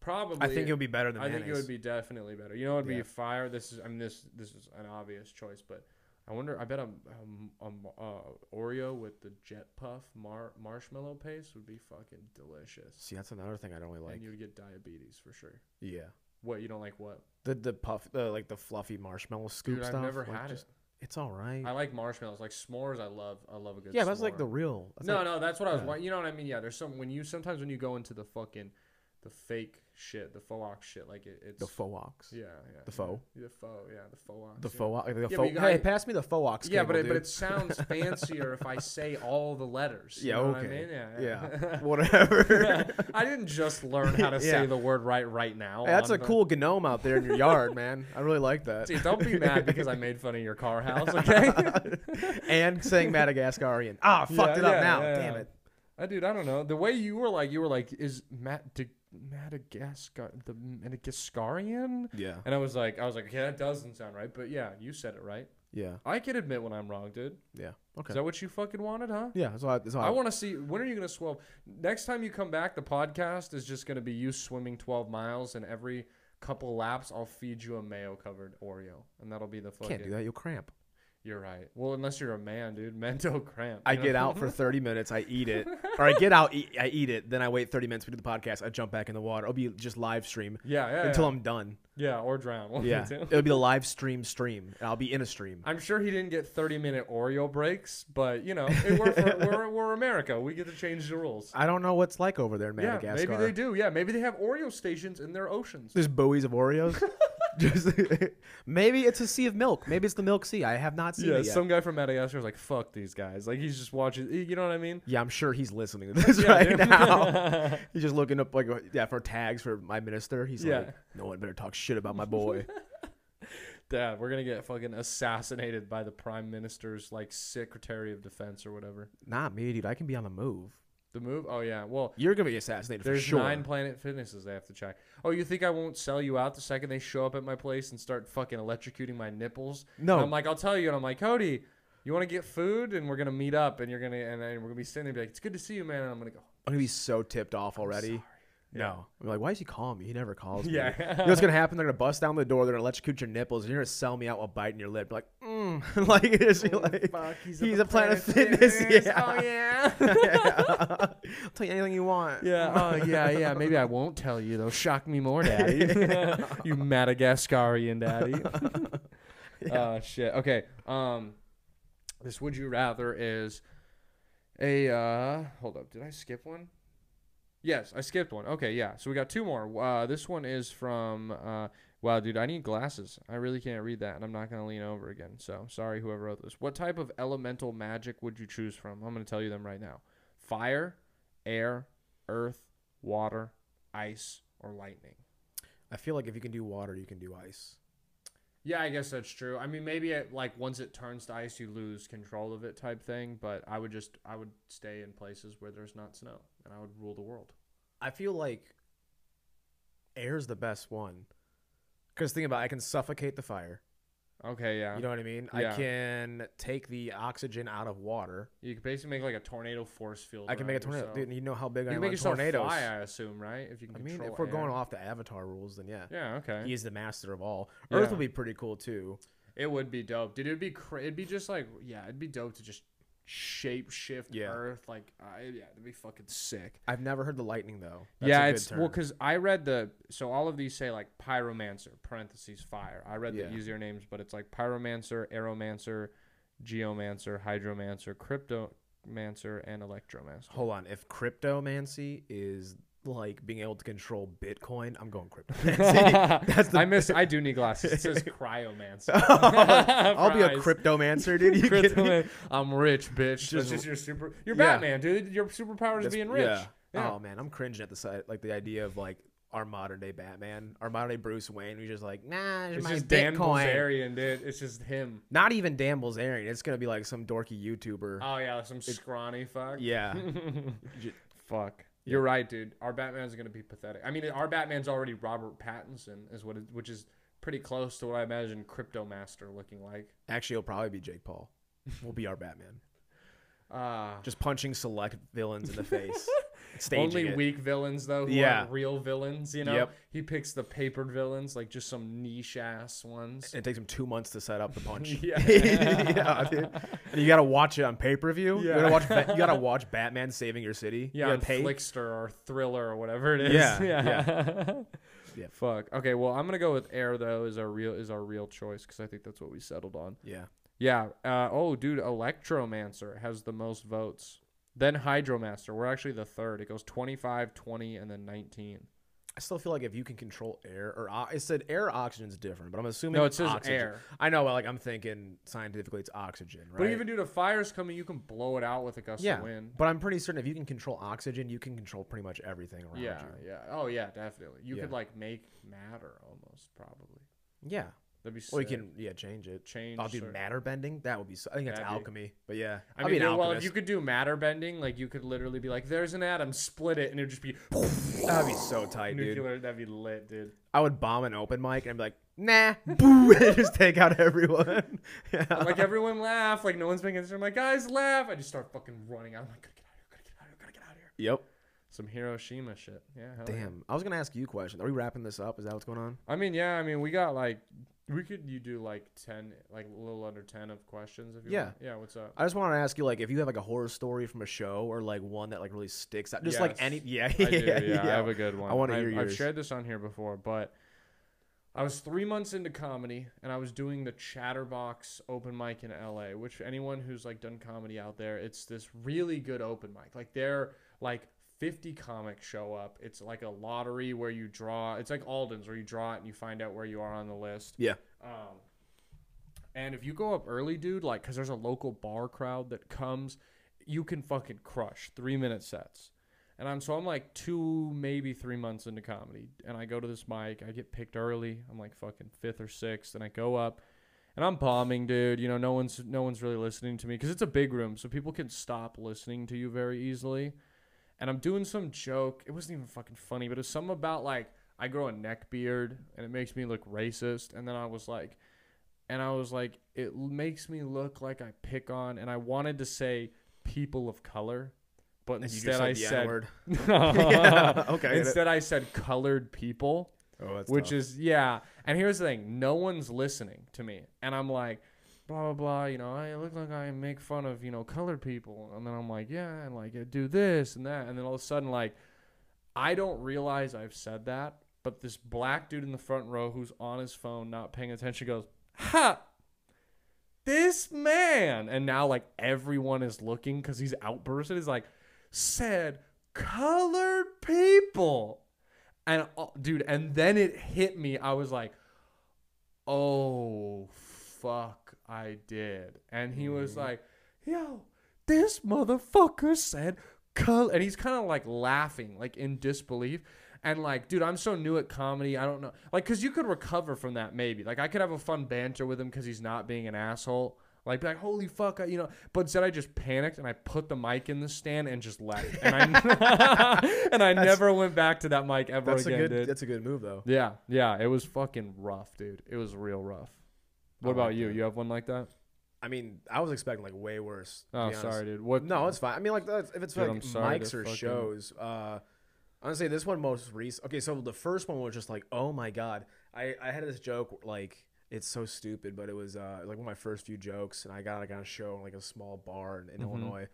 A: Probably.
B: I think it would be better than
A: I
B: mayonnaise.
A: think it would be definitely better. You know, it'd
B: Yeah.
A: be fire. This is. I mean, this this is an obvious choice, but I wonder. I bet a, a, a, a Oreo with the Jet Puff mar- marshmallow paste would be fucking delicious,
B: See, that's another thing I don't really like.
A: and you'd get diabetes for sure.
B: yeah,
A: What you don't like? What?
B: the the puff, the like the fluffy marshmallow scoop
A: Dude, I've
B: stuff.
A: never
B: like,
A: had
B: just- It's all right.
A: I like marshmallows, like s'mores. I love. I love a good.
B: yeah, that's like
A: s'more.
B: the real. That's
A: no,
B: like-
A: no, that's what I was.
B: yeah.
A: wa- You know what I mean? Yeah, there's some when you sometimes when you go into the fucking, the fake shit, the faux shit, like it, it's
B: the faux
A: Yeah, yeah.
B: The faux?
A: Yeah, the faux, yeah, the faux.
B: The
A: yeah.
B: faux. The
A: but
B: faux.
A: you gotta-
B: hey, pass me the faux.
A: Yeah, but
B: cable,
A: it, but
B: dude.
A: it sounds fancier if I say all the letters. you
B: yeah,
A: know
B: okay.
A: What I mean? Yeah,
B: yeah. Whatever.
A: I didn't just learn how to
B: Yeah.
A: say the word right right now.
B: Hey, that's
A: on
B: a
A: the-
B: cool gnome out there in your yard, man. I really like that.
A: Dude, don't be mad because I made fun of your car house. Okay.
B: and saying Madagascarian. Ah,
A: Yeah,
B: fucked it up
A: yeah,
B: now.
A: yeah,
B: Damn
A: yeah.
B: it.
A: Uh, dude, I don't know. The way you were like, you were like, is Matt De- Madagascar the Madagascarian?
B: Yeah.
A: And I was like, I was like, okay, that doesn't sound right, but yeah, you said it right.
B: Yeah.
A: I can admit when I'm wrong, dude.
B: Yeah.
A: Is
B: Okay.
A: that what you fucking wanted, huh?
B: yeah. That's all. I, that's all
A: I want to see when are you gonna swim? Next time you come back, the podcast is just gonna be you swimming 12 miles, and every couple laps, I'll feed you a mayo covered Oreo, and that'll be the fucking.
B: Can't do that. You'll cramp.
A: You're right. Well, unless you're a man, dude. Men don't cramp.
B: I
A: you know?
B: get out for 30 minutes. I eat it. Or I get out, eat, I eat it. Then I wait 30 minutes. We do the podcast. I jump back in the water. It'll be just live stream
A: Yeah, yeah.
B: until
A: yeah.
B: I'm done.
A: Yeah, or drown. One of the
B: Yeah.
A: two.
B: It'll be a live stream stream. And I'll be in a stream.
A: I'm sure he didn't get 30 minute Oreo breaks, but you know, it, we're, for, we're we're America. We get to change the rules.
B: I don't know what's like over there in
A: Yeah,
B: Madagascar.
A: maybe they do. Yeah, maybe they have Oreo stations in their oceans.
B: There's buoys of Oreos. Just- maybe it's a sea of milk. Maybe it's the milk sea. I have not seen
A: Yeah,
B: it yet.
A: some guy from Madagascar was like, "Fuck these guys!" Like he's just watching. You know what I mean?
B: yeah, I'm sure he's listening to this
A: Yeah,
B: right
A: dude.
B: now. he's just looking up like uh, yeah for tags for my minister. He's
A: Yeah.
B: like, no one better talk shit about my boy.
A: Dad, we're gonna get fucking assassinated by the prime minister's like secretary of defense or whatever.
B: Not me, dude. I can be on the move.
A: The move? Oh yeah. Well,
B: You're gonna be assassinated
A: there's
B: for sure.
A: nine Planet Fitnesses they have to check. Oh, you think I won't sell you out the second they show up at my place and start fucking electrocuting my nipples?
B: No.
A: And I'm like, I'll tell you, and I'm like, Cody, you want to get food, and we're gonna meet up, and you're gonna, and then we're gonna be sitting there, and be like, it's good to see you, man, and I'm gonna go.
B: I'm gonna be so tipped off already.
A: No.
B: I'm like, why is he calling me? He never calls me.
A: Yeah.
B: you know what's gonna happen? They're gonna bust down the door. They're gonna electrocute your nipples. And you're gonna sell me out while biting your lip. Like, mm. like, it's just like
A: Fuck, he's,
B: he's,
A: at
B: a Planet, Fitness. Yeah.
A: Oh yeah.
B: I'll tell you anything you want. Uh,
A: Yeah. Oh, yeah, yeah. Maybe I won't tell you though. Shock me more, Daddy. you Madagascarian Daddy. Oh shit. Okay. Um, this would you rather is a uh. Hold up. Did I skip one? Yes, I skipped one. Okay, yeah. So we got two more. Uh, this one is from. Uh, wow, dude, I need glasses. I really can't read that, and I'm not gonna lean over again. So sorry, whoever wrote this. What type of elemental magic would you choose from? I'm gonna tell you them right now: fire, air, earth, water, ice, or lightning.
B: I feel like if you can do water, you can do ice.
A: Yeah, I guess that's true. I mean, maybe it, like once it turns to ice, you lose control of it, type thing. But I would just I would stay in places where there's not snow, and I would rule the world.
B: I feel like air's the best one. Because think about, it, I can suffocate the fire.
A: Okay, yeah.
B: You
A: You,
B: know what I mean?
A: Yeah.
B: I can take the oxygen out of water.
A: could basically make like a tornado force field.
B: I can make a
A: around
B: tornado.
A: yourself.
B: Dude, you know how big
A: you can
B: I am
A: make
B: on
A: yourself
B: tornadoes.
A: fly, I assume, right? If you can
B: I mean,
A: control
B: if we're going
A: air.
B: off the Avatar rules, then yeah.
A: Yeah, okay.
B: He is the master of all. Earth
A: Yeah.
B: would be pretty cool too.
A: It would be dope, dude. It'd be cra- it'd be just like yeah, it'd be dope to just shape shift
B: Yeah.
A: Earth like I yeah, that'd be fucking sick.
B: I've never heard the lightning though. That's
A: yeah,
B: a good
A: it's well
B: term.
A: because I read the so all of these say like pyromancer parentheses fire. I read
B: Yeah.
A: the easier names, but it's like pyromancer, aeromancer, geomancer, hydromancer, cryptomancer, and electromancer.
B: Hold on. If cryptomancy is like being able to control Bitcoin, I'm going cryptomancy. That's the
A: I miss. I do need glasses. It says cryomancer.
B: I'll be a
A: Fries.
B: cryptomancer, dude. You kidding me?
A: Cryptoman- I'm rich, bitch. That's
B: Just-
A: just your super. You're
B: Yeah.
A: Batman, dude. Your superpower is
B: That's-
A: being rich.
B: yeah.
A: Yeah.
B: Oh man, I'm cringing at the side like the idea of like our modern day Batman, our modern day Bruce Wayne. We just like nah, it's
A: it's
B: my
A: just Dan
B: Bitcoin.
A: Bilzerian, dude. It's just him.
B: Not even Dan Bilzerian. It's gonna be like some dorky YouTuber.
A: Oh yeah, some scrawny fuck.
B: yeah.
A: Fuck. You're right, dude. Our Batman's gonna be pathetic. I mean, our Batman's already Robert Pattinson, is what, it, which is pretty close to what I imagine Crypto Master looking like.
B: Actually, it'll probably be Jake Paul. Will be our Batman.
A: Ah,
B: Just punching select villains in the face. Staging
A: only
B: it.
A: weak villains though, who
B: Yeah.
A: aren't real villains. You know,
B: Yep.
A: he picks the papered villains, like just some niche ass ones.
B: It takes him two months to set up the punch.
A: Yeah.
B: yeah, dude. And you gotta watch it on pay per view.
A: Yeah.
B: You gotta watch. Ba- you gotta watch Batman saving your city.
A: Yeah,
B: you
A: on
B: gotta pay.
A: Flickster or Thriller or whatever it is.
B: Yeah,
A: yeah.
B: Yeah.
A: Fuck. Okay, well, I'm gonna go with Air though. Is our real is our real choice because I think that's what we settled on.
B: Yeah.
A: Yeah. Uh, oh, dude, Electromancer has the most votes. Then Hydromaster. We're actually the third. It goes 25, 20, and then 19.
B: I still feel like if you can control air or o- it said air oxygen's different, but I'm assuming
A: No, it says
B: oxygen.
A: air.
B: I know, but like I'm thinking scientifically it's oxygen, right?
A: But even dude, a fire's coming, you can blow it out with a gust
B: yeah,
A: of wind.
B: but I'm pretty certain if you can control oxygen, you can control pretty much everything around
A: Yeah,
B: you.
A: yeah. Oh yeah, definitely. You could
B: Yeah.
A: like make matter almost probably.
B: Yeah,
A: That'd be sick.
B: well, you can yeah change it.
A: Change
B: I'll do
A: certain-
B: matter bending. That would be. so- I think that's
A: That'd be-
B: alchemy. But yeah,
A: I
B: I'll
A: mean,
B: be
A: dude,
B: an
A: well, if
B: alchemist.
A: you could do matter bending, like you could literally be like, "There's an atom, split it," and it'd just be
B: That'd be so tight, dude.
A: nuclear. That'd be lit, dude.
B: I would bomb an open mic and I'd be like, nah, boo, and just take out everyone. yeah.
A: Like everyone laugh, like no one's paying attention. I'm like, guys, laugh. I just start fucking running out. I'm like, gotta get out of here, gotta get out of here, gotta get out of here.
B: Yep.
A: Some Hiroshima shit. Yeah. hell yeah.
B: Damn. I was gonna ask you a question. Are we wrapping this up? Is that what's going on?
A: I mean, yeah. I mean, we got like We could you do like ten, like a little under ten of questions if you
B: Yeah.
A: want. yeah. What's up?
B: I just want to ask you, like, if you have like a horror story from a show or like one that like really sticks out, just like
A: Yes.
B: any, yeah,
A: I do. Yeah, I have a good one.
B: I want to
A: I've-
B: hear
A: I've
B: yours.
A: shared this on here before, but I was three months into comedy, and I was doing the Chatterbox open mic in L.A. Which anyone who's like done comedy out there, it's this really good open mic. Like they're like. 50 comics show up. It's like a lottery where you draw. It's like Alden's where you draw it and you find out where you are on the list.
B: yeah,
A: Um, and if you go up early, dude, like, because there's a local bar crowd that comes, you can fucking crush three minute sets. And I'm so I'm like two, maybe three months into comedy, and I go to this mic. I get picked early. I'm like fucking fifth or sixth, and I go up, and I'm bombing, dude. You know, no one's no one's really listening to me because it's a big room, so people can stop listening to you very easily and I'm doing some joke. It wasn't even fucking funny, but it was something about like I grow a neck beard and it makes me look racist. And then I was like, and I was like, it l- makes me look like I pick on. And I wanted to say people of color, but
B: you just
A: instead I
B: said the
A: said,
B: N-word. Yeah, okay, I get it.
A: Instead I said colored people
B: oh, that's
A: which is yeah. And here's the thing: no one's listening to me, and I'm like, blah blah blah. You know, I look like I make fun of you know colored people, and then I'm like, yeah, and like I do this and that, and then all of a sudden, like, I don't realize I've said that, but this black dude in the front row who's on his phone, not paying attention, goes, ha. This man, and now like everyone is looking because he's outbursted. He's like, said colored people, and uh, dude, and then it hit me. I was like, "Oh fuck, I did." And he was
B: Mm-hmm.
A: like, "Yo, this motherfucker said color," and he's kind of like laughing, like in disbelief. And like, dude, I'm so new at comedy. I don't know, like, cause you could recover from that maybe. Like, I could have a fun banter with him because he's not being an asshole. Like, be like, holy fuck, I, you know. But instead, I just panicked and I put the mic in the stand and just left. And I, and I never went back to that mic ever
B: that's a
A: again,
B: good
A: dude.
B: that's a good move though.
A: Yeah, yeah, it was fucking rough, dude. It was real rough. What about you? You have one like that?
B: I mean, I was expecting like way worse. to
A: Oh,
B: be honest.
A: sorry, dude. What?
B: No, it's fine. I mean, like that's, if it's
A: Dude, I'm
B: like
A: sorry
B: mics
A: to
B: or
A: fucking-
B: shows. Uh, honestly, this one most recent. Okay, so the first one was just like, oh my god, I I had this joke like it's so stupid, but it was uh like one of my first few jokes, and I got like on a show in like a small bar
A: Mm-hmm.
B: in, in Illinois,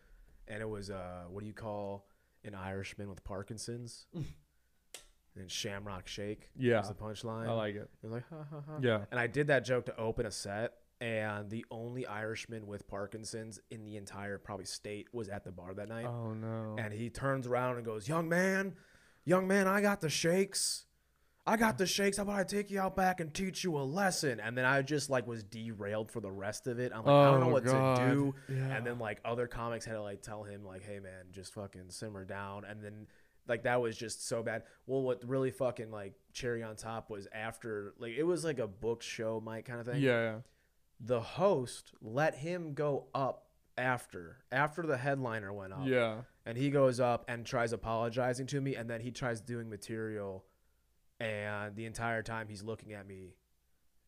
B: and it was uh what do you call an Irishman with Parkinson's? and Shamrock Shake.
A: Yeah.
B: was the punchline.
A: I like it.
B: It was like ha ha ha.
A: Yeah.
B: And I did that joke to open a set, and the only Irishman with Parkinson's in the entire probably state was at the bar that night.
A: Oh no.
B: And he turns around and goes, "Young man, young man, I got the shakes. I got the shakes. How about I take you out back and teach you a lesson?" And then I just like was derailed for the rest of it. I'm like, I don't know
A: Oh,
B: what
A: God.
B: to do.
A: Yeah.
B: And then like other comics had to like tell him like, "Hey man, just fucking simmer down." And then like that was just so bad. Well, what really fucking like cherry on top was after like it was like a book show mic kind of thing
A: Yeah.
B: the host let him go up after after the headliner went up.
A: Yeah.
B: And he goes up and tries apologizing to me and then he tries doing material and the entire time he's looking at me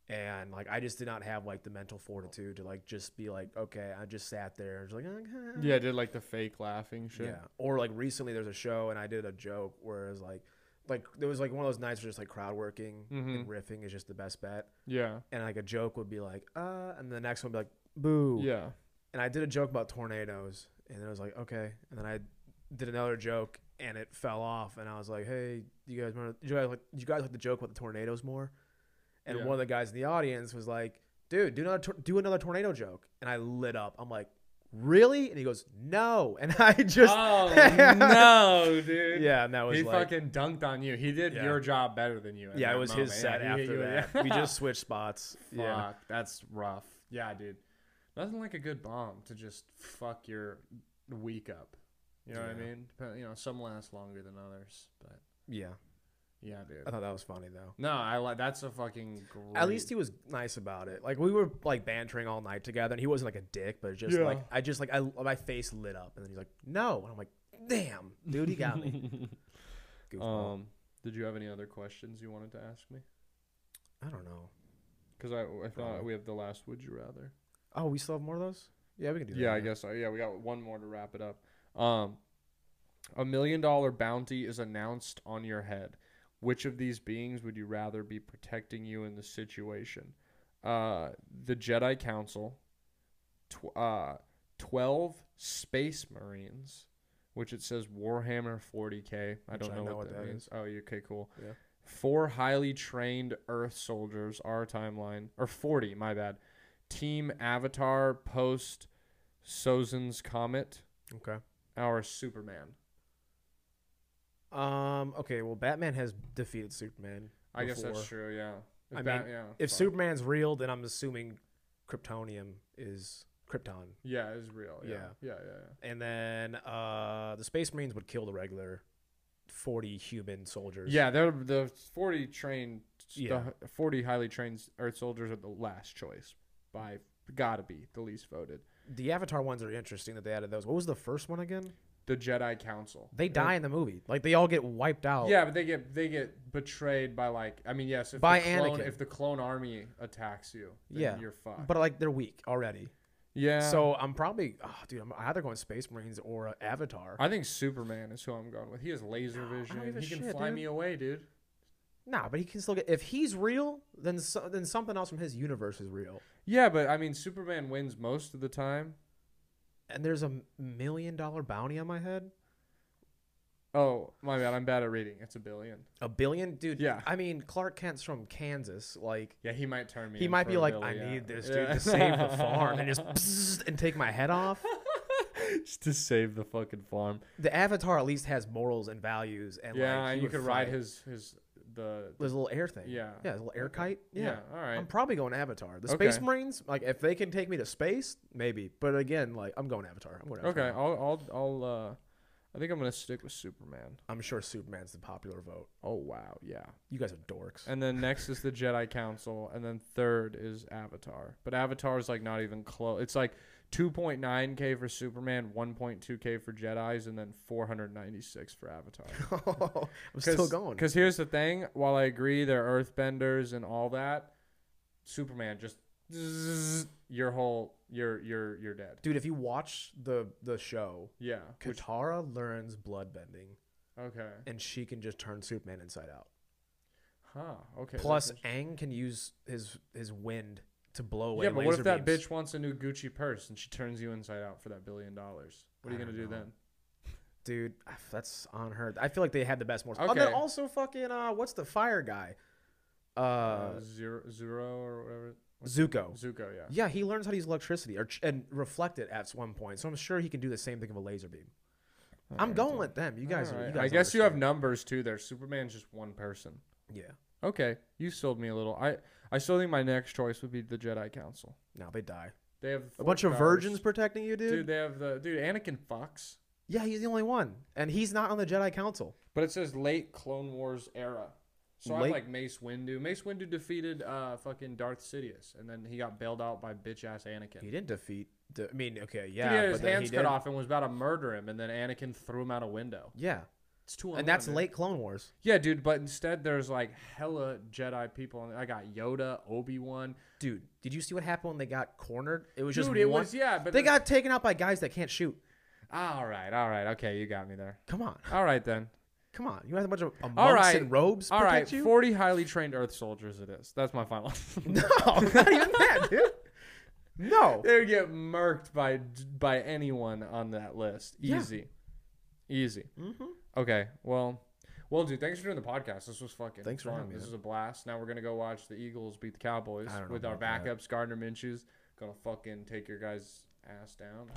B: and like I just did not have like the mental fortitude to like just be like okay, I just sat there and just like
A: Yeah. Yeah. I did like the fake laughing shit.
B: yeah. Or like recently, there's a show and I did a joke where it was like, like there was like one of those nights where just like crowd working and riffing is just the best bet.
A: Yeah.
B: And like a joke would be like, uh, and the next one would be like, boo.
A: Yeah.
B: And I did a joke about tornadoes and then I was like, okay. And then I did another joke and it fell off and I was like, hey, you guys remember? You guys like? You guys like the joke about the tornadoes more? And
A: Yeah.
B: one of the guys in the audience was like, dude, do another tor- do another tornado joke. And I lit up. I'm like. Really? And he goes, no. And I just
A: Oh no, dude.
B: yeah, and that was
A: He
B: like,
A: fucking dunked on you. He did
B: Yeah.
A: your job better than you. at
B: yeah,
A: that
B: it was his
A: moment.
B: set
A: Yeah, he hit
B: after
A: you-
B: that.
A: yeah.
B: we just switched spots.
A: Fuck,
B: Yeah,
A: that's rough. Yeah, dude. Nothing like a good bomb to just fuck your week up. You know what I
B: Yeah.
A: mean? Dep- you know, some last longer than others, but
B: yeah.
A: yeah, dude.
B: I thought that was funny though.
A: No, I like that's a fucking great.
B: At least he was nice about it. Like we were like bantering all night together, and he wasn't like a dick, but just
A: Yeah.
B: like I just like I my face lit up, and then he's like, no, and I'm like, damn, dude, he got me. Goofball.
A: um did you have any other questions you wanted to ask me?
B: I don't know.
A: Cuz I I thought we have the last would you rather.
B: Oh, we still have more of those? Yeah, we can do that.
A: Yeah, I guess so. Yeah, we got one more to wrap it up. Um a million dollar bounty is announced on your head. Which of these beings would you rather be protecting you in the situation? uh, the Jedi Council, tw- uh, 12 Space Marines, which it says Warhammer 40K. I don't
B: I
A: know, what,
B: know what
A: that,
B: that
A: means.
B: is.
A: Oh, you- okay, cool.
B: Yeah.
A: Four highly trained Earth soldiers, our timeline, or 40, my bad. Team Avatar post Sozin's Comet,
B: Okay.
A: our Superman.
B: Um. Okay. Well, Batman has defeated Superman.
A: I guess
B: before.
A: that's true, yeah.
B: I
A: Bat-
B: mean,
A: yeah,
B: if
A: sorry.
B: Superman's real, then I'm assuming Kryptonium is Krypton,
A: Yeah, it's real. Yeah.
B: Yeah.
A: Yeah, yeah, yeah.
B: and then uh, the Space Marines would kill the regular forty human soldiers.
A: Yeah, they're the forty trained,
B: Yeah.
A: the forty highly trained Earth soldiers are the last choice by gotta be the least voted.
B: The Avatar ones are interesting that they added those. What was the first one again?
A: The Jedi Council.
B: They die in the movie. Like they all get wiped out.
A: Yeah, but they get they get betrayed by like I mean yes if
B: By
A: the clone,
B: Anakin.
A: if the clone army attacks you then
B: Yeah.
A: you're fucked
B: But like they're weak already.
A: yeah
B: so I'm probably, oh, dude. I'm either going Space Marines or uh, Avatar.
A: I think Superman is who I'm going with he has laser vision
B: give a
A: he can
B: shit,
A: fly
B: dude.
A: me away dude
B: Nah, but he can still get. If he's real, then so, then something else from his universe is real.
A: yeah but I mean Superman wins most of the time
B: And there's a million dollar bounty on my head.
A: oh my bad I'm bad at reading it's a billion
B: A billion, dude.
A: Yeah.
B: I mean, Clark Kent's from Kansas. Like
A: yeah he might turn me
B: he
A: in
B: might
A: for
B: be
A: a
B: like,
A: Billy,
B: I
A: yeah.
B: need this dude
A: Yeah.
B: to save the farm, and just pssst and take my head off.
A: just to save the fucking farm.
B: The Avatar at least has morals and values, and
A: yeah,
B: like, he
A: and you
B: would
A: could ride
B: fight.
A: his his the
B: His little air thing.
A: Yeah.
B: Yeah, his little air kite. Yeah.
A: Yeah, all right.
B: I'm probably going Avatar. The
A: Okay.
B: Space Marines, like if they can take me to space, maybe. But again, like I'm going Avatar. I'm going Avatar.
A: okay. I'll I'll I'll uh, I think I'm gonna stick with Superman.
B: I'm sure Superman's the popular vote.
A: Oh wow, yeah.
B: You guys are dorks.
A: And then next is the Jedi Council, and then third is Avatar. But Avatar is like not even close. It's like 2.9k for Superman, 1.2k for Jedi's, and then 496 for Avatar.
B: I'm still going.
A: Because here's the thing: while I agree they're Earthbenders and all that, Superman just zzz, your whole you're you're you're dead.
B: Dude, if you watch the the show,
A: Yeah. Which,
B: Katara learns bloodbending
A: okay.
B: and she can just turn Superman inside out.
A: Huh. Okay.
B: Plus
A: that's
B: Aang can use his his wind to blow
A: interesting.
B: away.
A: yeah, but what if
B: laser
A: that
B: beams.
A: bitch wants a new Gucci purse and she turns you inside out for that billion dollars? What are you
B: I
A: gonna do
B: don't know.
A: then?
B: Dude, that's on her. I feel like they had the best morals. And
A: Okay.
B: then also fucking uh what's the fire guy? Uh
A: Uh, zero, zero or whatever.
B: Zuko.
A: Zuko. Yeah.
B: Yeah, he learns how to use electricity or ch- and reflect it at one point. So I'm sure he can do the same thing with a laser beam. I'm going with them. You guys,
A: All
B: are, you
A: right.
B: guys
A: I guess you have
B: understand.
A: numbers too. There, Superman's just one person.
B: Yeah.
A: Okay, you sold me a little. I I still think my next choice would be the Jedi Council.
B: No, they die.
A: They have
B: A bunch of virgins protecting you, dude.
A: Dude. they have the dude Anakin Fox,
B: Yeah, he's the only one, and he's not on the Jedi Council.
A: but it says late Clone Wars era. So I'm
B: Late-
A: like Mace Windu. Mace Windu defeated uh fucking Darth Sidious, and then he got bailed out by bitch ass Anakin.
B: He
A: He
B: didn't defeat. The, I mean, okay, yeah,
A: yeah, had his
B: but then
A: hands
B: he
A: cut
B: did-
A: off and was about to murder him, and then Anakin threw him out a window.
B: Yeah,
A: It's two on
B: and that's
A: one, dude.
B: late Clone Wars.
A: Yeah, dude. But instead, there's like hella Jedi people. on there. I got Yoda, Obi Wan.
B: Dude, did you see what happened when they got cornered? It was just
A: Dude, it
B: one-
A: was- yeah, but
B: they
A: the-
B: got taken out by guys that can't shoot.
A: All right, all right, okay, you got me there.
B: Come on,
A: All right then.
B: come on. You had a bunch of uh, monks
A: All right,
B: in robes.
A: All right,
B: protect you?
A: forty highly trained Earth soldiers. It is. That's my final.
B: no, not even that, dude. No,
A: They would get murked by by anyone on that list.
B: Yeah.
A: Easy, easy. Mm-hmm. Okay, well, well, dude, thanks for doing the podcast. This was fucking.
B: Thanks for
A: fun.
B: having me,
A: This
B: man.
A: was a blast. Now we're gonna go watch the Eagles beat the Cowboys
B: I don't know
A: with our
B: about that.
A: backups, Gardner Minshew's. Gonna fucking take your guys' ass down.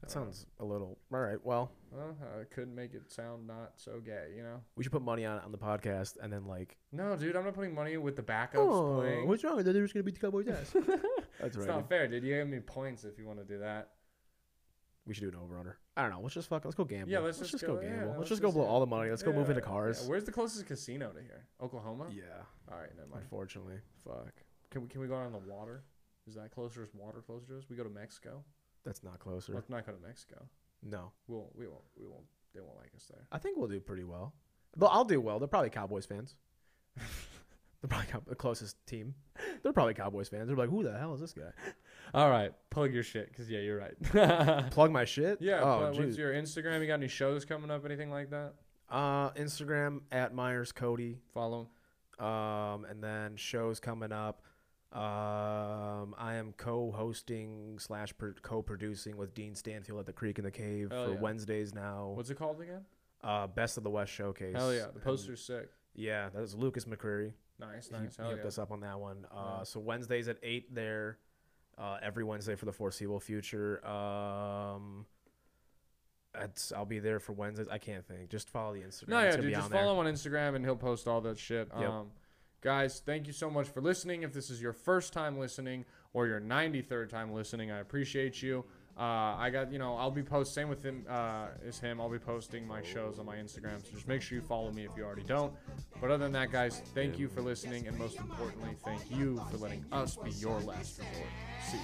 B: that sounds a little. All right, well,
A: Well, I couldn't make it sound not so gay, you know.
B: we should put money on on the podcast, and then like,
A: No, dude, I'm not putting money with the backups
B: oh,
A: playing.
B: what's wrong? They're just gonna beat the Cowboys' ass. That's
A: it's
B: right.
A: not fair, dude. You give me points if you want to do that.
B: We should do an over under. I don't know. Let's just fuck. Let's go gamble.
A: Yeah, let's just
B: go,
A: go- yeah,
B: gamble. let's,
A: let's
B: just go
A: just-
B: blow all the money. Let's go move into
A: Yeah,
B: cars.
A: yeah. Where's the closest casino to here? Oklahoma.
B: Yeah,
A: All right, never mind.
B: unfortunately.
A: Fuck. Can we can we go out on the water? Is that closer? Is water closer to us? We go to Mexico.
B: That's not closer.
A: Let's not go to Mexico.
B: No.
A: We'll we won't we won't they won't like us there.
B: I think we'll do pretty well. But I'll do well. They're probably Cowboys fans. They're probably cow- the closest team. They're probably Cowboys fans. They're like, who the hell is this guy?
A: All right, plug your shit, cause yeah, you're right.
B: Plug my shit.
A: yeah.
B: Oh,
A: plug-
B: geez.
A: what's your Instagram? You got any shows coming up? Anything like that?
B: uh, Instagram at Myers Cody.
A: Follow.
B: Um, and then shows coming up. Um, I am co-hosting slash pro- co-producing with Dean Stanfield at the Creek in the Cave
A: Hell
B: for
A: yeah.
B: Wednesdays now.
A: What's it called again?
B: uh, Best of the West showcase.
A: Hell yeah, the
B: And-
A: poster's sick.
B: yeah, that was Lucas McCreary.
A: Nice,
B: He
A: nice. Hell
B: hooked
A: yeah.
B: us up on that one. Uh, So Wednesdays at eight there, uh, every Wednesday for the foreseeable future. Um, that's I'll be there for Wednesdays. I can't think. Just follow the Instagram.
A: No, yeah,
B: It's gonna
A: dude.
B: be
A: Just
B: on there.
A: follow him on Instagram, and he'll post all that shit.
B: Yep.
A: Um, guys, thank you so much for listening. If this is your first time listening or your 93rd time listening, I appreciate you. Uh, I got you know I'll be post same with him uh, as him. I'll be posting my shows on my Instagram, so just make sure you follow me if you already don't. But other than that, guys, thank you for listening, and most importantly, thank you for letting us be your last resort. See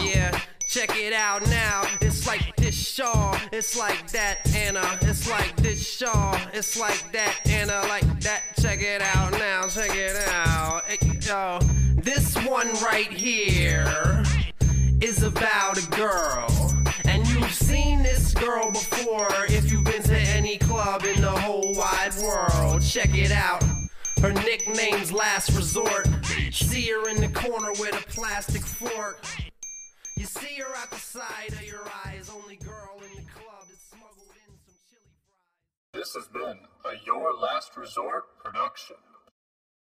A: ya.
D: Yeah, check it out now. It's like this Shaw, it's like that Anna. It's like this Shaw, it's like that Anna, like that. Check it out now, check it out. Hey, yo, this one right here is about a girl. And you've seen this girl before if you've been to any club in the whole wide world. Check it out. Her nickname's Last Resort. See her in the corner with a plastic fork. You see her out the side of your eyes, only girl in the club that smuggled in some chili fries.
E: This has been a Your Last Resort production.